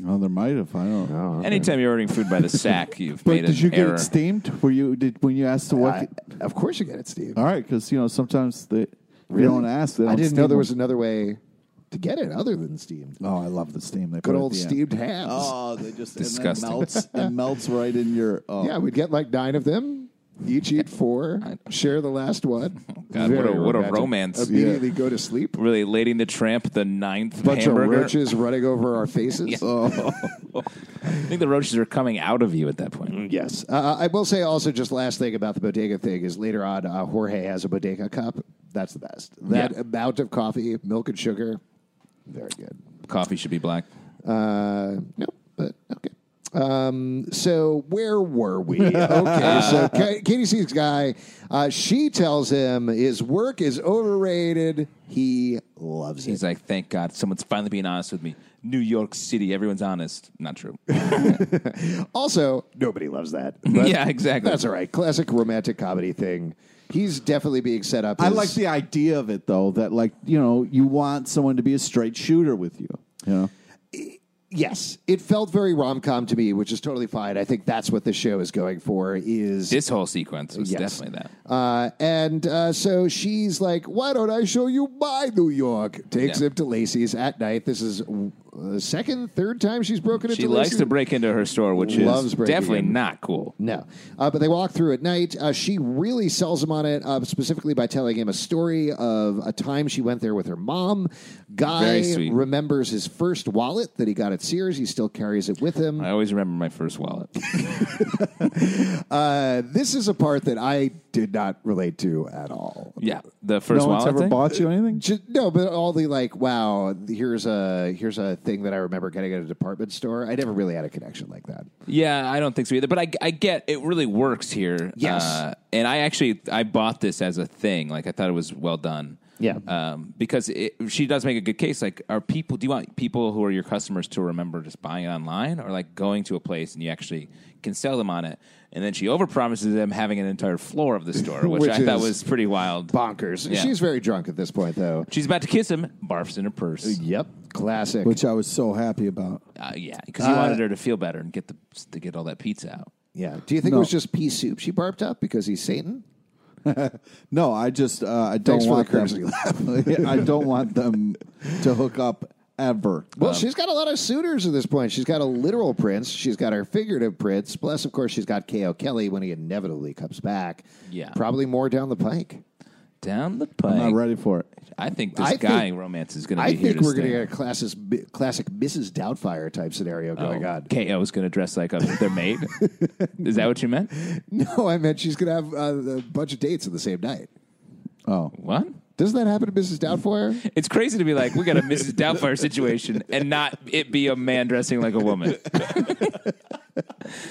Speaker 3: oh, there might have. I don't
Speaker 1: Oh.
Speaker 3: know.
Speaker 2: Anytime you're ordering food by the sack, (laughs) you've
Speaker 3: But
Speaker 2: made an
Speaker 3: did you get
Speaker 2: error.
Speaker 3: it steamed? Were you did when you asked to what?
Speaker 1: I- of course you get it, Steve.
Speaker 3: all right, because you know sometimes they
Speaker 1: Really?
Speaker 3: you don't ask. They
Speaker 1: I
Speaker 3: don't
Speaker 1: didn't know
Speaker 3: steam
Speaker 1: there was another way to get it other than steamed.
Speaker 3: them. Oh, I love the steam. They
Speaker 1: Good
Speaker 3: put at
Speaker 1: old
Speaker 3: the end.
Speaker 1: steamed hams.
Speaker 3: Oh, they just and then
Speaker 2: Disgusting.
Speaker 3: melts. It melts right in your. Oh.
Speaker 1: Yeah, we'd get like nine of them. Each eat
Speaker 2: (laughs)
Speaker 1: four, share the last one.
Speaker 2: God, what a-
Speaker 1: Very
Speaker 2: what a
Speaker 1: romantic.
Speaker 2: romance.
Speaker 1: Immediately go to sleep.
Speaker 2: Really, Lady and the Tramp, the ninth
Speaker 1: Bunch
Speaker 2: hamburger.
Speaker 1: of roaches running over our
Speaker 2: (laughs)
Speaker 1: faces.
Speaker 2: I think the roaches are coming out of you at that point.
Speaker 1: Yes. Uh, I will say also, just last thing about the bodega thing is later on, uh, Jorge has a bodega cup. That's the best. That
Speaker 2: Yeah.
Speaker 1: amount of coffee, milk, and sugar, very good.
Speaker 2: Coffee should be black.
Speaker 1: Uh, no, but okay. Um, so where were
Speaker 2: (laughs)
Speaker 1: we? Okay, so Ka- Katie sees this guy. Uh, she tells him his work is overrated. He loves it.
Speaker 2: He's like, thank God, someone's finally being honest with me. New York City, everyone's honest. Not true.
Speaker 1: Also, nobody loves
Speaker 2: (laughs)
Speaker 1: that. But
Speaker 2: yeah, exactly.
Speaker 1: that's all right. Classic romantic comedy thing. He's definitely being set up.
Speaker 3: I
Speaker 1: as-
Speaker 3: like the idea of it though. That like you know you want someone to be a straight shooter with you. You know.
Speaker 1: Yes, it felt very rom com to me, which is totally fine. I think that's what the show is going for. Is
Speaker 2: This whole sequence was
Speaker 1: Yes.
Speaker 2: definitely that.
Speaker 1: uh, and uh, so she's like, "Why don't I show you my New York?" Takes
Speaker 2: Yeah.
Speaker 1: him to Lacey's at night. This is uh, second, third time she's broken into.
Speaker 2: She likes
Speaker 1: Lacey's.
Speaker 2: to break into her store, which
Speaker 1: Loves
Speaker 2: is
Speaker 1: breaking
Speaker 2: definitely
Speaker 1: in.
Speaker 2: not cool.
Speaker 1: No. Uh, but they walk through at night. Uh, she really sells him on it, uh, specifically by telling him a story of a time she went there with her mom. Guy
Speaker 2: Very sweet.
Speaker 1: remembers his first wallet that he got at Sears. He still carries it with him.
Speaker 2: I always remember my first wallet.
Speaker 1: Uh, this is a part that I did not relate to at all.
Speaker 2: Yeah, the first
Speaker 3: no one's
Speaker 2: wallet.
Speaker 3: ever
Speaker 2: thing?
Speaker 3: bought
Speaker 1: (laughs)
Speaker 3: you anything.
Speaker 1: Ju- no, but all the like, wow, here's a here's a thing that I remember getting at a department store. I never really had a connection like that.
Speaker 2: Yeah, I don't think so either. But I, I get it really works here. uh,
Speaker 1: Yes.
Speaker 2: and I actually I bought this as a thing. Like I thought it was well done.
Speaker 1: Yeah.
Speaker 2: Um, because it, she does make a good case. Like, are people? Do you want people who are your customers to remember just buying it online, or like going to a place and you actually can sell them on it? And then she overpromises them having an entire floor of the store, which,
Speaker 1: Which
Speaker 2: I thought
Speaker 1: is
Speaker 2: was pretty wild.
Speaker 1: Bonkers.
Speaker 2: Yeah.
Speaker 1: She's very drunk at this point, though.
Speaker 2: She's about to kiss him. Barfs in her purse.
Speaker 1: Yep, classic.
Speaker 3: Which I was so happy about.
Speaker 2: Uh, yeah, because he wanted her to feel better and get the to get all that pizza out.
Speaker 1: yeah. Do you think
Speaker 3: No.
Speaker 1: it was just pea soup she barfed up because he's Satan?
Speaker 3: No, I just uh, I don't
Speaker 1: Thanks for
Speaker 3: want
Speaker 1: the courtesy
Speaker 3: (laughs) them. I don't want them to hook up ever.
Speaker 1: Well, she's got a lot of suitors at this point. She's got a literal prince. She's got her figurative prince. Plus, of course, she's got K.O. Kelly when he inevitably comes back.
Speaker 2: Yeah.
Speaker 1: Probably more down the pike.
Speaker 2: Down the pipe.
Speaker 3: I'm not ready for it.
Speaker 2: I think this
Speaker 1: I
Speaker 2: guy
Speaker 1: think-
Speaker 2: romance is going to be
Speaker 1: I
Speaker 2: here.
Speaker 1: think
Speaker 2: to
Speaker 1: we're going to
Speaker 2: stay.
Speaker 1: get a classes, classic Mrs. Doubtfire type
Speaker 2: Oh.
Speaker 1: scenario going on. (laughs)
Speaker 2: KO is going to dress like a, their maid. is that what you meant?
Speaker 1: No, I meant she's going to have uh, a bunch of dates in the same night.
Speaker 3: Oh,
Speaker 2: What?
Speaker 1: Doesn't that happen to Mrs. Doubtfire?
Speaker 2: It's crazy to be like, we got a Mrs. Doubtfire situation and not it be a man dressing like a woman.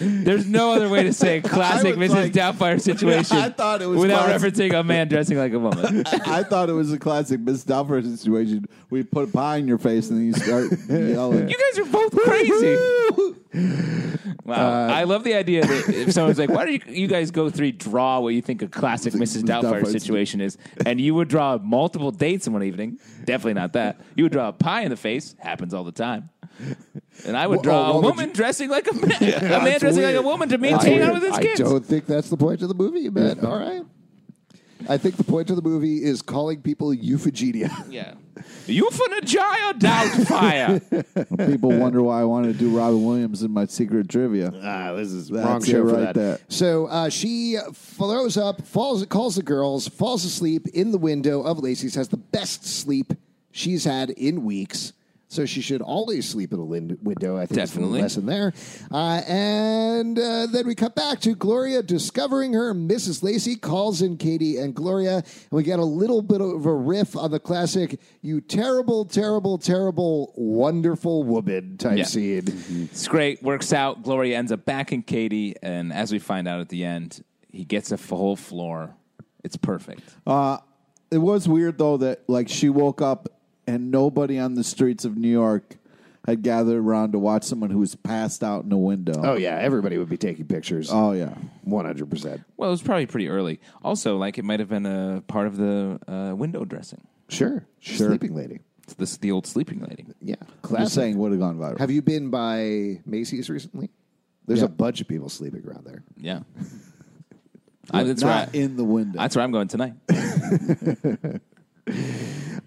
Speaker 2: There's no other way to say classic
Speaker 3: was
Speaker 2: Mrs.
Speaker 1: (laughs)
Speaker 3: like-
Speaker 2: Doubtfire situation
Speaker 3: I thought it was
Speaker 2: without
Speaker 3: classic.
Speaker 2: referencing a man dressing like a woman.
Speaker 3: (laughs) I thought it was a classic Miss Doubtfire situation. We put pie in your face and then you start yelling.
Speaker 2: You guys are both crazy. (laughs)
Speaker 1: Uh,
Speaker 2: Wow. I love the idea
Speaker 1: (laughs)
Speaker 2: that if someone's like, why do you, you guys go three, draw what you think a classic Mrs. Doubtfire
Speaker 3: Doubtfire
Speaker 2: situation is, and you would draw multiple dates in one evening? Definitely not that. You would draw a pie in the face, happens all the time. And I would
Speaker 1: Well,
Speaker 2: draw
Speaker 1: oh,
Speaker 2: a
Speaker 1: what would
Speaker 2: woman
Speaker 1: (laughs)
Speaker 2: dressing like a man, a man
Speaker 3: That's
Speaker 2: dressing like
Speaker 3: weird.
Speaker 2: a woman to
Speaker 1: I,
Speaker 2: maintain out with his
Speaker 1: I
Speaker 2: kids.
Speaker 1: don't think that's the point of the movie, but all right. I think the point of the movie is calling people (laughs) euphogenia.
Speaker 2: Yeah. Euphanagia
Speaker 1: (laughs)
Speaker 2: Doubtfire.
Speaker 3: People wonder why I want to do Robin Williams in my secret trivia.
Speaker 1: Ah, this is
Speaker 3: That's it
Speaker 1: for
Speaker 3: right there.
Speaker 1: So uh, she throws up, falls, calls the girls, falls asleep in the window of Lacey's, has the best sleep she's had in weeks. So she should always sleep in a lin- window. I think is the
Speaker 2: Definitely.
Speaker 1: lesson there. Uh, and uh, then we cut back to Gloria discovering her. Mrs. Lacey calls in Katie and Gloria, and we get a little bit of a riff on the classic "You terrible, terrible, terrible, wonderful woman" type
Speaker 2: Yeah. Mm-hmm.
Speaker 1: scene.
Speaker 2: it's great. Works out. Gloria ends up backing Katie. And as we find out at the end, He gets a f- whole floor. It's perfect.
Speaker 3: It was weird though that like she woke up and nobody on the streets of New York had gathered around to watch someone who was passed out in a window.
Speaker 1: Oh yeah, everybody would be taking pictures.
Speaker 2: Uh,
Speaker 3: oh yeah.
Speaker 1: One hundred percent.
Speaker 2: Well, it was probably pretty early. Also, like it might have been a part of the uh, window dressing.
Speaker 1: Sure, sure. Sleeping lady.
Speaker 2: It's this the old sleeping lady.
Speaker 1: Yeah,
Speaker 3: I'm
Speaker 1: classic.
Speaker 3: just saying would have gone viral.
Speaker 1: Have you been by Macy's recently? There's
Speaker 3: Yeah.
Speaker 1: a bunch of people sleeping around there.
Speaker 2: (laughs) Yeah, I, that's
Speaker 3: Not
Speaker 2: right.
Speaker 3: in the window.
Speaker 2: That's where I'm going tonight.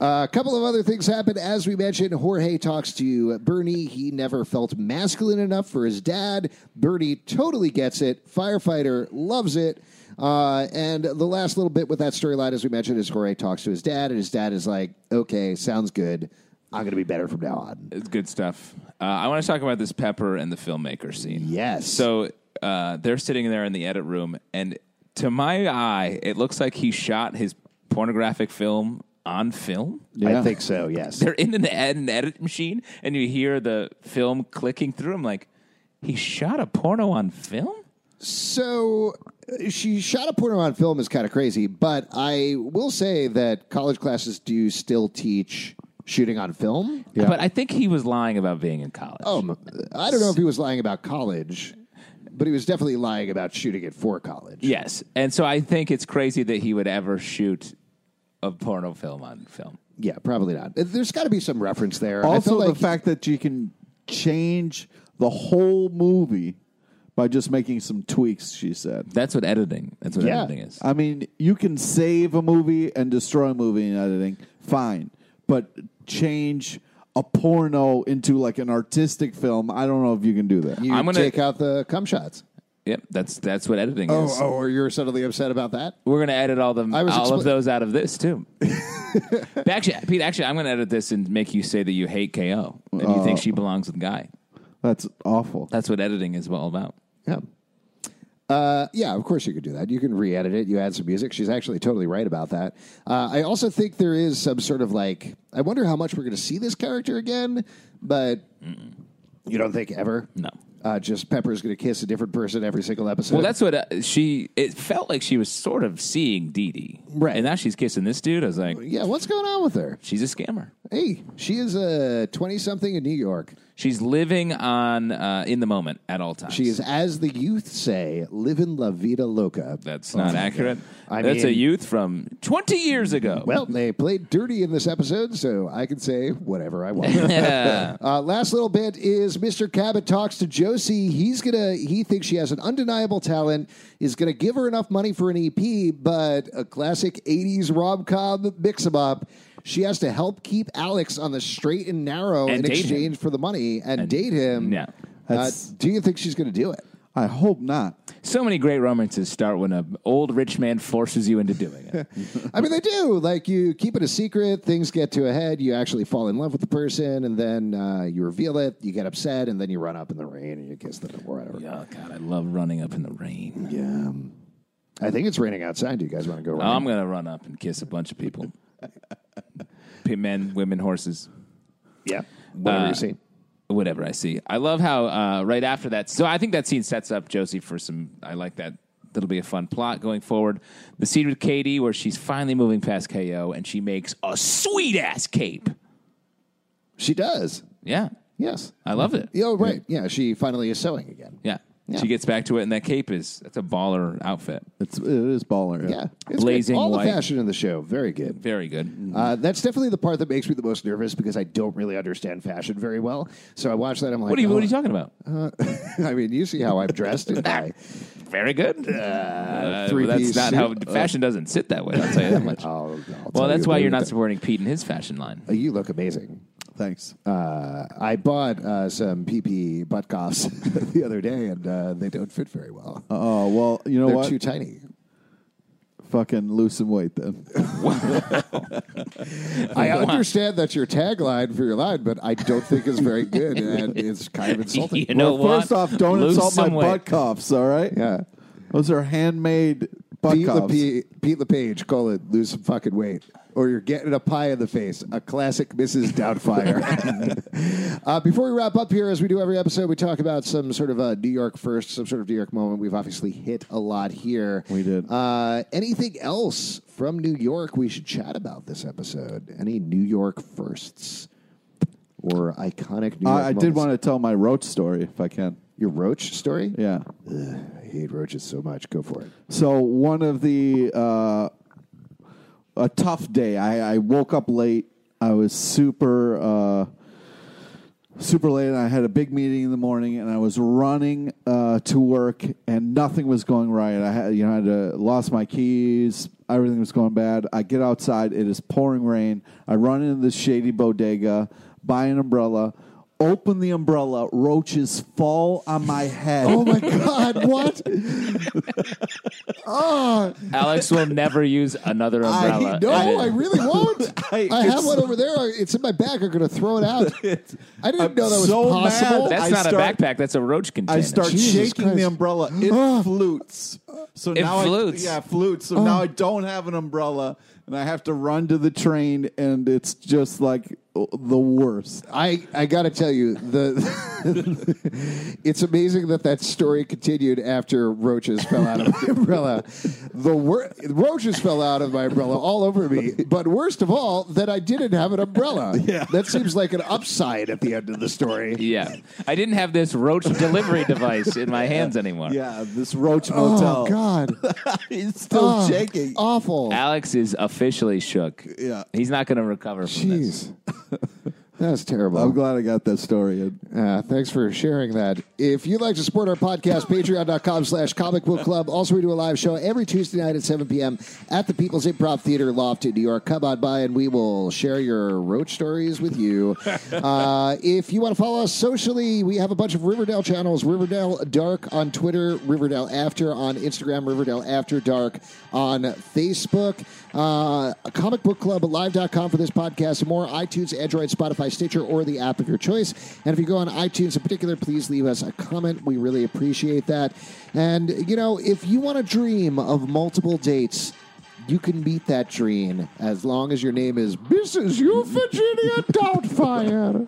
Speaker 1: A couple of other things happened. As we mentioned, Jorge talks to Bernie. He never felt masculine enough for his dad. Bernie totally gets it. Firefighter loves it. Uh, and the last little bit with that storyline, as we mentioned, is Jorge talks to his dad, and his dad is like, okay, sounds good. I'm going to be better from now on.
Speaker 2: It's good stuff. Uh, I want to talk about this Pepper and the filmmaker scene.
Speaker 1: Yes.
Speaker 2: So uh, they're sitting there in the edit room, and to my eye, it looks like he shot his pornographic film on film.
Speaker 1: I
Speaker 3: Yeah.
Speaker 1: think so, yes.
Speaker 2: They're in an, ed- an edit machine, and you hear the film clicking through. I'm like, he shot a porno on film.
Speaker 1: So uh, she shot a porno on film is kind of crazy, but I will say that college classes do still teach shooting on film.
Speaker 3: Yeah.
Speaker 2: But I think he was lying about being in college.
Speaker 1: Um, I don't know if he was lying about college, but he was definitely lying about shooting it for college.
Speaker 2: Yes, and so I think it's crazy that he would ever shoot a porno film on film.
Speaker 1: Yeah, probably not. Uh, There's got to be some reference there. I
Speaker 3: also
Speaker 1: feel like
Speaker 3: the fact that you can change the whole movie by just making some tweaks, she said.
Speaker 2: That's what editing. That's what
Speaker 1: Yeah.
Speaker 2: editing is.
Speaker 3: I mean, you can save a movie and destroy a movie in editing, fine. But change a porno into like an artistic film, I don't know if you can do that.
Speaker 1: you
Speaker 2: I'm gonna-
Speaker 1: take out the cum shots.
Speaker 2: Yep, that's that's what editing is.
Speaker 1: oh, or you're suddenly upset about that?
Speaker 2: We're gonna edit all the
Speaker 1: I was
Speaker 2: all
Speaker 1: expli-
Speaker 2: of those out of
Speaker 1: (laughs)
Speaker 2: this too. But actually, Pete, actually, I'm gonna edit this and make you say that you hate KO and you
Speaker 1: Oh.
Speaker 2: think she belongs with Guy.
Speaker 3: That's awful.
Speaker 2: That's what editing is all about.
Speaker 1: Yeah. Uh, yeah, of course you could do that. You can re-edit it. You add some music. She's actually totally right about that. Uh, I also think there is some sort of like. I wonder how much we're going to see this character again. But you don't think ever?
Speaker 2: No.
Speaker 1: Uh, just Pepper's going to kiss a different person every single episode.
Speaker 2: Well, that's what uh, she. It felt like she was sort of seeing Dee Dee,
Speaker 1: Right.
Speaker 2: And now she's kissing this dude. I was like,
Speaker 1: yeah. What's going on with her?
Speaker 2: she's a scammer.
Speaker 1: Hey, she is a twenty-something in New York.
Speaker 2: She's living on uh, in the moment at all times.
Speaker 1: She is, as the youth say, living la vida loca.
Speaker 2: That's not accurate.
Speaker 1: I
Speaker 2: That's a
Speaker 1: mean-
Speaker 2: youth from 20 years ago.
Speaker 1: Uh, Well, they played dirty in this episode, so I can say whatever I
Speaker 2: (laughs)
Speaker 1: want. (laughs)
Speaker 2: Yeah.
Speaker 1: Uh, last little bit is Mr. Cabot talks to Josie. He's gonna. He thinks she has an undeniable talent. Is gonna give her enough money for an EP, but a classic '80s rom com mix 'em up. She has to help keep Alex on the straight and narrow
Speaker 2: And
Speaker 1: in
Speaker 2: date him.
Speaker 1: exchange for the money and, date him.
Speaker 2: yeah.
Speaker 1: Uh,
Speaker 3: That's-
Speaker 1: do you think she's gonna do it?
Speaker 3: I hope not.
Speaker 2: so many great romances start when an old rich man forces you into doing it. (laughs)
Speaker 1: I mean, they do. Like you keep it a secret, things get to a head. You actually fall in love with the person, and then uh, you reveal it. You get upset, and then you run up in the rain and you kiss them or whatever.
Speaker 2: oh, God, I love running up in the rain.
Speaker 1: Yeah. I think it's raining outside. Do you guys want to go running?
Speaker 2: I'm going to run up and kiss a bunch of
Speaker 1: (laughs)
Speaker 2: people P- men, women, horses.
Speaker 1: yeah. Whatever
Speaker 2: Uh,
Speaker 1: you see.
Speaker 2: whatever I see. I love how uh, right after that. So I think that scene sets up Josie for some. I like that. That'll be a fun plot going forward. The scene with Katie, where she's finally moving past KO, and she makes a sweet ass cape.
Speaker 1: She does.
Speaker 2: Yeah,
Speaker 1: Yes.
Speaker 2: I love it.
Speaker 1: Oh, right. Yeah. She finally is sewing again.
Speaker 2: Yeah.
Speaker 1: Yeah.
Speaker 2: she gets back to it, and that cape is that's a baller outfit.
Speaker 3: It's it is baller.
Speaker 1: Yeah. It's
Speaker 2: Blazing
Speaker 1: great. All
Speaker 2: white. Mm-hmm.
Speaker 1: the fashion in the show. Very good.
Speaker 2: Very good.
Speaker 1: Uh, that's definitely the part that makes me the most nervous because I don't really understand fashion very well. So I watch that. I'm like,
Speaker 2: What are you What
Speaker 1: oh.
Speaker 2: are you talking about?
Speaker 1: (laughs) I mean, you see how I'm
Speaker 2: (laughs)
Speaker 1: dressed in my
Speaker 2: Very good. Uh, well,
Speaker 1: three-piece
Speaker 2: that's not
Speaker 1: (laughs)
Speaker 2: how
Speaker 1: suit.
Speaker 2: fashion doesn't sit that way. I'll tell you that much.
Speaker 1: Uh. (laughs) I'll- I'll
Speaker 2: well,
Speaker 1: tell
Speaker 2: that's
Speaker 1: you
Speaker 2: why
Speaker 1: later.
Speaker 2: you're not supporting Pete in his fashion line.
Speaker 1: Uh, You look amazing.
Speaker 3: Thanks.
Speaker 1: Uh, I bought uh, some PP butt cuffs (laughs) the other day, and uh, they don't fit very well.
Speaker 3: Oh well, you know
Speaker 1: They're
Speaker 3: what?
Speaker 1: too tiny.
Speaker 3: Fucking lose some weight then.
Speaker 1: I understand that's your tagline for your line, but I don't think it's very
Speaker 3: (laughs)
Speaker 1: good, and it's kind of insulting.
Speaker 2: You know
Speaker 3: well,
Speaker 2: what?
Speaker 3: first off, don't
Speaker 2: Lose
Speaker 3: insult my
Speaker 2: some weight.
Speaker 3: butt cuffs. All right.
Speaker 1: Yeah.
Speaker 3: Those are handmade butt
Speaker 1: Pete,
Speaker 3: cuffs.
Speaker 1: LeP- Pete LePage, call it lose some fucking weight. or you're getting a pie in the face. A classic Mrs. Doubtfire. (laughs) uh, before we wrap up here, as we do every episode, we talk about some sort of a New York first, some sort of New York moment. We've obviously hit a lot here.
Speaker 3: We did.
Speaker 1: Uh, anything else from New York we should chat about this episode? Any New York firsts or iconic New
Speaker 3: Uh,
Speaker 1: York?
Speaker 3: I did want to tell my roach story if I can.
Speaker 1: your roach story.
Speaker 3: Yeah.
Speaker 1: Ugh, I hate roaches so much. Go for it.
Speaker 3: So one of the uh, a tough day. I, I woke up late. I was super uh, super late. And I had a big meeting in the morning, and I was running uh, to work, and nothing was going right. I had you know I had to, lost my keys. Everything was going bad. I get outside. It is pouring rain. I run into this shady bodega, buy an umbrella. Open the umbrella, roaches fall on my head.
Speaker 1: Oh my God! What?
Speaker 2: Alex will never use
Speaker 1: (laughs)
Speaker 2: another umbrella.
Speaker 1: No,
Speaker 2: And it-
Speaker 1: I really won't. I,
Speaker 3: (laughs) I-
Speaker 1: have
Speaker 3: it's-
Speaker 1: one over there. I- It's in my bag. I'm going to throw it
Speaker 3: (laughs)
Speaker 1: out. I didn't
Speaker 3: I'm
Speaker 1: know that was
Speaker 3: so
Speaker 1: possible.
Speaker 3: mad
Speaker 2: that's
Speaker 3: I
Speaker 2: not
Speaker 3: start-
Speaker 2: a backpack. That's a roach container.
Speaker 3: I start
Speaker 1: Jesus
Speaker 3: shaking
Speaker 1: Christ. Ah.
Speaker 3: the umbrella. It flutes. So now I-
Speaker 2: flutes.
Speaker 3: yeah, flutes. So now I don't have an umbrella, and I have to run to the train, and it's just like uh, the worst.
Speaker 1: I, I got to tell you, the (laughs) it's amazing that that story continued after roaches fell out of my (laughs) umbrella. The wor- roaches fell out of my umbrella all over me, but worst of all, that I didn't have an umbrella.
Speaker 3: (laughs) Yeah.
Speaker 1: That seems like an upside at the end of the story.
Speaker 3: (laughs)
Speaker 2: Yeah, I didn't have this roach delivery device in my hands anymore.
Speaker 3: Yeah, this Roach
Speaker 1: Oh,
Speaker 3: Motel. (laughs)
Speaker 1: God.
Speaker 3: He's still
Speaker 1: Oh,
Speaker 3: shaking.
Speaker 1: Awful.
Speaker 2: Alex is officially shook.
Speaker 3: Yeah.
Speaker 2: he's not going to recover from this.
Speaker 1: Jeez. That was terrible.
Speaker 3: I'm glad I got that story. in.
Speaker 1: Uh, thanks for sharing that. If you'd like to support our podcast, patreon.com slash comic book club. Also, we do a live show every Tuesday night at 7 p.m. at the People's Improv Theater Loft in New York. Come on by and we will share your roach stories with you. uh, if you want to follow us socially, we have a bunch of Riverdale channels Riverdale Dark on Twitter, Riverdale After on Instagram, Riverdale After Dark on Facebook. Uh, comic book club live.com for this podcast and more iTunes, Android, Spotify, Stitcher, or the app of your choice. And if you go on iTunes in particular, please leave us a comment. We really appreciate that. And, you know, if you want to dream of multiple dates, you can meet that dream as long as your name is Mrs. Euphigenia Doubtfire.